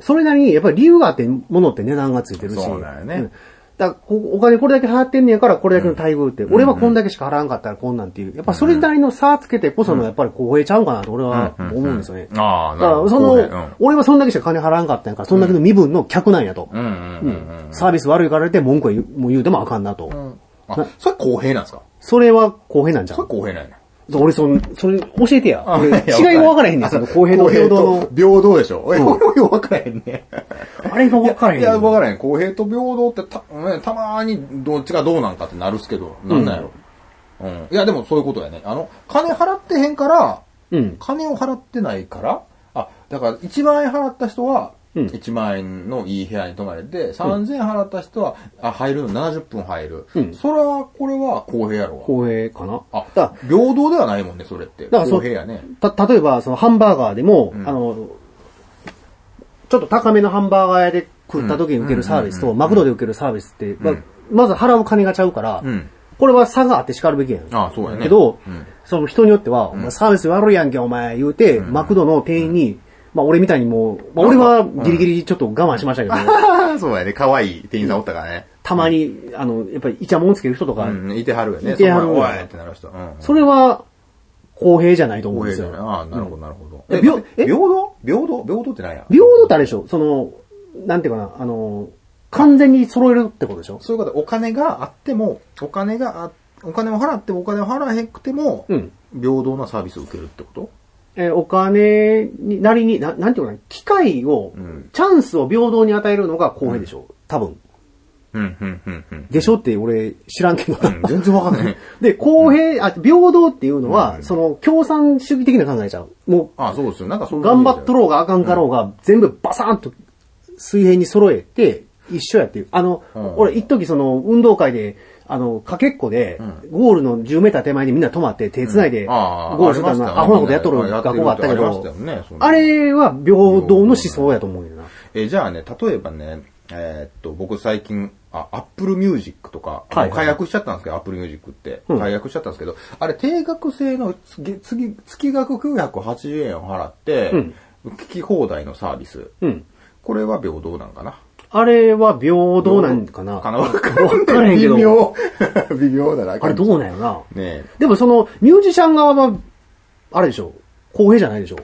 Speaker 1: それなりにやっぱり理由があって、ものって値段がついてるし。
Speaker 2: そうだよね
Speaker 1: んだからこうお金これだけ払ってんねやからこれだけの待遇って、俺はこんだけしか払わんかったらこんなんっていう、やっぱそれなりの差つけてこそのやっぱり公平ちゃうかなと俺は思うんですよね。
Speaker 2: ああ、
Speaker 1: だからそ
Speaker 2: 公
Speaker 1: の、
Speaker 2: 平うん
Speaker 1: 俺はそんだけしか金払わんかったんやから、そんだけの身分の客なんやと。
Speaker 2: うんうんうんうん。
Speaker 1: サービス悪いから言って文句は言うもう言うてもあかんなと。
Speaker 2: あ、それ公平なんですか
Speaker 1: それは公平なんじゃ
Speaker 2: それ
Speaker 1: ん。
Speaker 2: 公平なんや。
Speaker 1: 俺その、それ教えてや。俺
Speaker 2: いや
Speaker 1: 違いが分からへんねん、その公平の平等の
Speaker 2: と。平等でしょ。え、俺もよう分からへんね。
Speaker 1: あれが分からへん
Speaker 2: い
Speaker 1: ねん
Speaker 2: や、分からへん。公平と平等ってた、ね、たまにどっちがどうなんかってなるっすけど、なんなんやろ。うん。いや、でもそういうことやね。あの、金払ってへんから、
Speaker 1: うん。
Speaker 2: 金を払ってないから、あ、だから1万円払った人は、
Speaker 1: うん
Speaker 2: 1万円のいい部屋に泊まれて、3000円払った人は、あ、入るの70分入る。
Speaker 1: うん
Speaker 2: それは、これは公平やろ
Speaker 1: 公平かな
Speaker 2: あ、
Speaker 1: だか
Speaker 2: 平等ではないもんね、それって。
Speaker 1: だからそ
Speaker 2: 公平やね。
Speaker 1: らた、例えば、そのハンバーガーでも、あの、ちょっと高めのハンバーガー屋で食った時に受けるサービスと、マクドで受けるサービスって、まあまず払う金がちゃうから、
Speaker 2: うん
Speaker 1: これは差があって叱るべきやん。
Speaker 2: あそうやね
Speaker 1: けど、
Speaker 2: うん
Speaker 1: その人によっては、お前サービス悪いやんけ、お前言うて、マクドの店員に、まあ俺みたいにもう、まあ俺はギリギリちょっと我慢しましたけど、
Speaker 2: *laughs* *laughs* そうやね。可愛い店員さんおったからね。
Speaker 1: たまに、あの、やっぱりイチャモンつける人とか、
Speaker 2: うん、いてはるよね。
Speaker 1: いてはる
Speaker 2: そんなおいってなる人。うん。
Speaker 1: それは公平じゃないと思う
Speaker 2: 公
Speaker 1: んで
Speaker 2: 平
Speaker 1: す
Speaker 2: じゃ
Speaker 1: よ。
Speaker 2: ない。ああ、なるほど、なるほど。
Speaker 1: え
Speaker 2: え、
Speaker 1: 平
Speaker 2: 平
Speaker 1: え
Speaker 2: 等平等平等って何や
Speaker 1: 平等ってあれでしょその、なんていうかな、あの、完全に揃えるってことでしょ
Speaker 2: そういうこと、お金があっても、お金があ、お金を払ってもお金を払わへんくても、
Speaker 1: うん
Speaker 2: 平等なサービスを受けるってこと
Speaker 1: えーお金になりに、ななんていうかな、機会を、
Speaker 2: ん
Speaker 1: チャンスを平等に与えるのが公平でしょ、多分。
Speaker 2: うん、うん、うん、うん。
Speaker 1: でしょって俺知らんけど。
Speaker 2: 全然わかんない。
Speaker 1: で、公平、あ、平等っていうのは、その、共産主義的な考えちゃう。も、
Speaker 2: *laughs* あそうですよ。なんかそうん
Speaker 1: 頑張っと
Speaker 2: ろ
Speaker 1: ろうがあかんかろうが、全部バサーンと水平に揃えて、一緒やっていう。あの、
Speaker 2: うん
Speaker 1: 俺、一時その、運動会で、あの、かけっこで、ゴールの10メーター手前にみんな止まって、手繋いで、
Speaker 2: うん
Speaker 1: ゴ
Speaker 2: ああ
Speaker 1: ールしてた
Speaker 2: あり
Speaker 1: の
Speaker 2: ましたよね
Speaker 1: アホなことやっとる
Speaker 2: みんなで
Speaker 1: 学校があったけ
Speaker 2: やってる
Speaker 1: ど
Speaker 2: ってありましたよねそん、な
Speaker 1: あれは平等の思想やと思うよな。
Speaker 2: え、じゃあね、例えばね、えーっと、僕最近、あ、アップルミュージックとか、
Speaker 1: はいはい
Speaker 2: 解約しちゃったんですけど、アップルミュージックって。
Speaker 1: うん
Speaker 2: 解約しちゃったんですけど、あれ、定額制の月月月額980円を払って、
Speaker 1: うん
Speaker 2: 聞き放題のサービス。
Speaker 1: うん。
Speaker 2: これは平等なんかな
Speaker 1: あれは平等なんか
Speaker 2: か
Speaker 1: な。
Speaker 2: なわから
Speaker 1: わからへんけど
Speaker 2: 微妙。 *laughs* 微妙だな。
Speaker 1: あれどうなんやろな。
Speaker 2: ねえ。
Speaker 1: でもその、ミュージシャン側は、あれでしょ公平じゃないでしょ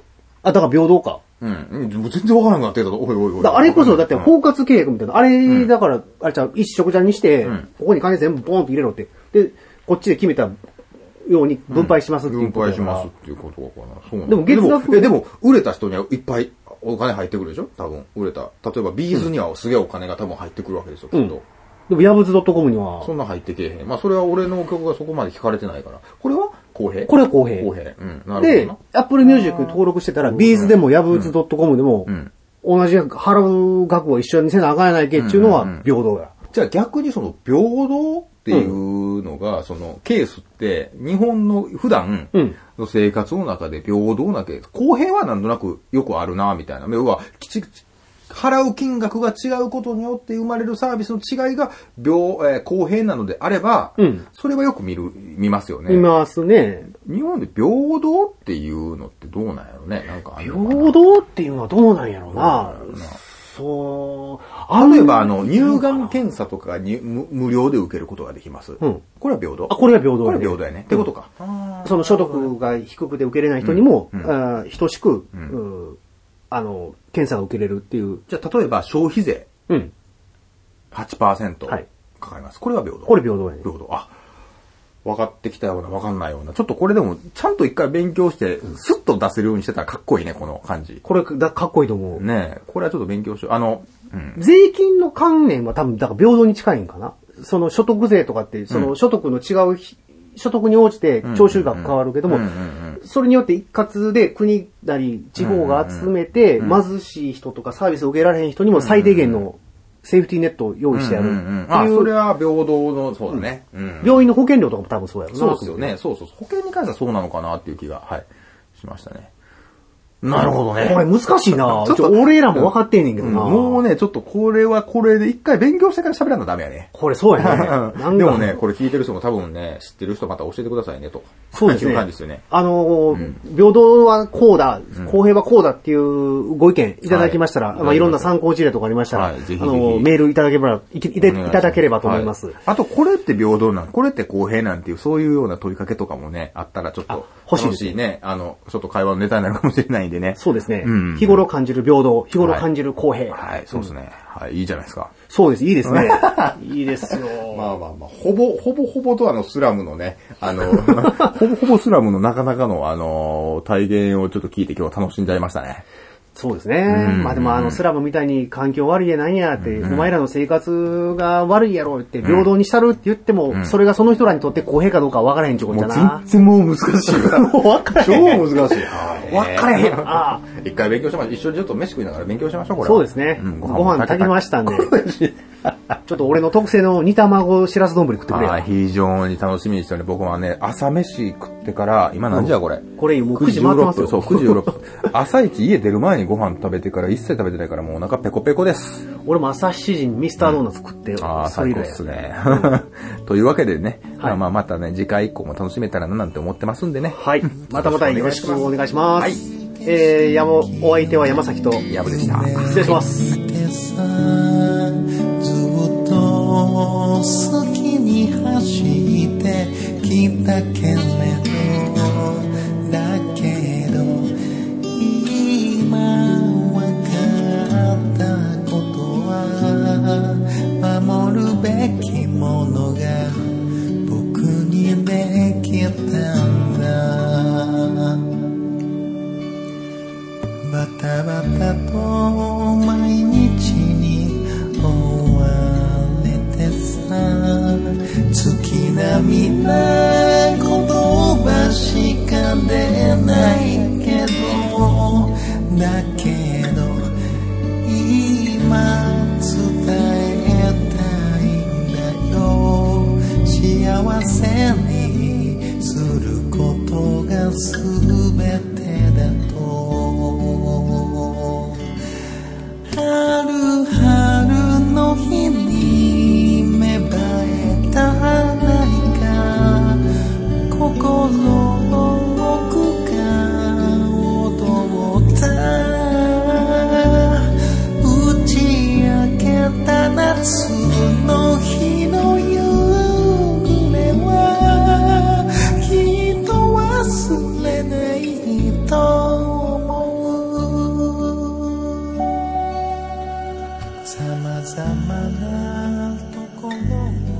Speaker 1: あ、だから平等か。
Speaker 2: うん。でも全然わからなくなってきたぞおいおいお
Speaker 1: だ
Speaker 2: い。
Speaker 1: からあれこそ、だって、
Speaker 2: うん
Speaker 1: 包括契約みたいな。あれ、だから、あれちゃう、一食じゃにして
Speaker 2: ん、
Speaker 1: ここに金全部ボーンと入れろって。で、こっちで決めたように分配しますっていう
Speaker 2: 分
Speaker 1: ことだ
Speaker 2: 配
Speaker 1: か
Speaker 2: し
Speaker 1: ら
Speaker 2: ますっていうことかな。そうなん
Speaker 1: でも月額
Speaker 2: でもえでも、売れた人にはいっぱいお金入ってくるでしょ多分、売れた。例えば、ビーズにはすげえお金が多分入ってくるわけですよ、きっと。
Speaker 1: でも、ヤブズ .com には
Speaker 2: そ、んな入ってけえへん。まあ、それは俺の曲がそこまで聞かれてないから。これは公平
Speaker 1: これは公平
Speaker 2: 公平。うん。なるほど
Speaker 1: で
Speaker 2: な。、
Speaker 1: Apple Music に登録してたら、ビーズでもヤブズ .com でも
Speaker 2: ん、
Speaker 1: 同じ払う額を一緒にせなあかんやないけっていうのは平等や。
Speaker 2: じゃあ逆にその平等っていうのが、そのケースって日本の普段
Speaker 1: うん
Speaker 2: の生活の中で平等なケース。公平はなんとなくよくあるな、みたいな。要は、きち払う金額が違うことによって生まれるサービスの違いが平、えー公平なのであれば、
Speaker 1: うん
Speaker 2: それはよく見る、見ますよね。
Speaker 1: いますね。
Speaker 2: 日本で平等っていうのってどうなんやろねなんかあんのかな
Speaker 1: 平等っていうのはどうなんやろうな
Speaker 2: どうなんやろうな。
Speaker 1: そう、
Speaker 2: 例えば、あの、乳がん検査とかがに無無料で受けることができます。
Speaker 1: うん
Speaker 2: これは平等
Speaker 1: あ、これが平等
Speaker 2: こ
Speaker 1: や
Speaker 2: れ
Speaker 1: ね
Speaker 2: 平等やね。ってことか。
Speaker 1: その所得が低くて受けれない人にも、
Speaker 2: うん
Speaker 1: あー等しく、
Speaker 2: ん
Speaker 1: うんあの、検査が受けれるっていう。
Speaker 2: じゃあ、例えば消費税
Speaker 1: うん。
Speaker 2: 8%
Speaker 1: はい
Speaker 2: かかります。これは平等。
Speaker 1: これ平等やね。
Speaker 2: 平等。あ、分かってきたような、分かんないような。ちょっとこれでも、ちゃんと一回勉強して、スッと出せるようにしてたらかっこいいね、この感じ。
Speaker 1: これだ、かっこいいと思う。
Speaker 2: ねえ、これはちょっと勉強しよう。あの、うん。
Speaker 1: 税金の観念は多分、だから平等に近いんかな。その所得税とかって、その所得の違うひ、所得に応じて徴収額変わるけども、
Speaker 2: うんうんうん
Speaker 1: それによって一括で国なり地方が集めて、貧しい人とかサービスを受けられへん人にも最低限のセーフティーネットを用意してや
Speaker 2: う
Speaker 1: る。
Speaker 2: んうん
Speaker 1: っ。て
Speaker 2: あ、
Speaker 1: い
Speaker 2: それ
Speaker 1: う、
Speaker 2: は平等の、そうだね。うん。
Speaker 1: 病院の保険料とかも多分そうやろな
Speaker 2: そうですよね。そうそうそう。保険に関してはそうなのかなっていう気が、はい、しましたね。なるほどね。
Speaker 1: これ難しいなちょっと俺らも分かってんねんけどな、
Speaker 2: うんもうね、ちょっとこれはこれで一回勉強してから喋らんとダメや *laughs* ね。
Speaker 1: これそうやね。なんか
Speaker 2: でもね、、これ聞いてる人も多分ね、知ってる人また教えてくださいねと。
Speaker 1: そうです
Speaker 2: い
Speaker 1: ね。
Speaker 2: 感じですよね。
Speaker 1: あのー平等はこうだ、公平はこうだっていうご意見いただきましたら、
Speaker 2: はい
Speaker 1: い、まあいろんな参考事例とかありましたら、
Speaker 2: はいぜひぜひ
Speaker 1: あのーメールいただければ、いけいたいただければと思います。
Speaker 2: はあと、これって平等なん、これって公平なんていう、そういうような問いかけとかもね、あったらちょっ
Speaker 1: あ
Speaker 2: と、
Speaker 1: 欲しいですね
Speaker 2: 楽しいね。あの、ちょっと会話のネタになるかもしれないんでね。
Speaker 1: そうですね、
Speaker 2: うん
Speaker 1: 日頃感じる平等、日頃感じる公平。
Speaker 2: はい、そうですね。はい、いいじゃないですか。
Speaker 1: そうです、いいです
Speaker 2: *laughs*
Speaker 1: ね。いいですよ。
Speaker 2: まあまあまあ、ほぼ、ほぼほぼとあのスラムのね、あの、 *laughs* ほぼほぼスラムのなかなかのあの、体現をちょっと聞いて今日は楽しんじゃいましたね。
Speaker 1: そうですね。まあでもあのスラムみたいに環境悪いやなんやって、お前らの生活が悪いやろって平等にしたるって言っても、それがその人らにとって公平かどうかは分からへんちゅうこと
Speaker 2: も
Speaker 1: だ
Speaker 2: う
Speaker 1: な
Speaker 2: 全。然もう難しい
Speaker 1: *laughs*
Speaker 2: わ。
Speaker 1: もう分から
Speaker 2: 超
Speaker 1: へん。
Speaker 2: 難しい。
Speaker 1: 分からへんな。
Speaker 2: *laughs* 一回勉強しましょう。一緒にちょっと飯食いながら勉強しましょう、これは。
Speaker 1: そうですね。
Speaker 2: うん
Speaker 1: ご飯炊きましたんで、
Speaker 2: た。
Speaker 1: ちょっと俺の特製の煮卵しらす丼食ってくれ
Speaker 2: ああ、
Speaker 1: よ。
Speaker 2: 非常に楽しみにしてるね。僕はね、朝飯食ってから、今何時やこれ。
Speaker 1: これもう
Speaker 2: 9
Speaker 1: 9時
Speaker 2: 時
Speaker 1: 回ってま
Speaker 2: 16
Speaker 1: すよ
Speaker 2: 分。。そう、9時16分。
Speaker 1: *laughs*
Speaker 2: 朝一家出る前にご飯食べてから一切食べてないからもうお腹ペコペコです。
Speaker 1: 俺も朝7時にミスタードーナツ食って、
Speaker 2: ああ、
Speaker 1: それ
Speaker 2: 最
Speaker 1: 以
Speaker 2: 高
Speaker 1: 来
Speaker 2: っ
Speaker 1: や
Speaker 2: すね。 *laughs* というわけでね、
Speaker 1: はい
Speaker 2: まあまたね、次回以降も楽しめたらななんて思ってますんでね。
Speaker 1: はい。またまたよろしくお願いします。
Speaker 2: はい
Speaker 1: えー、山、お相手は山崎と、
Speaker 2: ヤブでした。
Speaker 1: 失礼します。
Speaker 3: さずっと好きに走ってきたけれどだけど今わかったことは守るべきものが僕にできたんだバタバタと毎日に追われてさ月並みな言葉しか出ないけどだけど今伝えたいんだよ幸せにすることが全てだと春春の日に芽生えた何か心の奥が踊った打ち明けた夏の日の夕暮れはきっと忘れないと思うさまざまなところを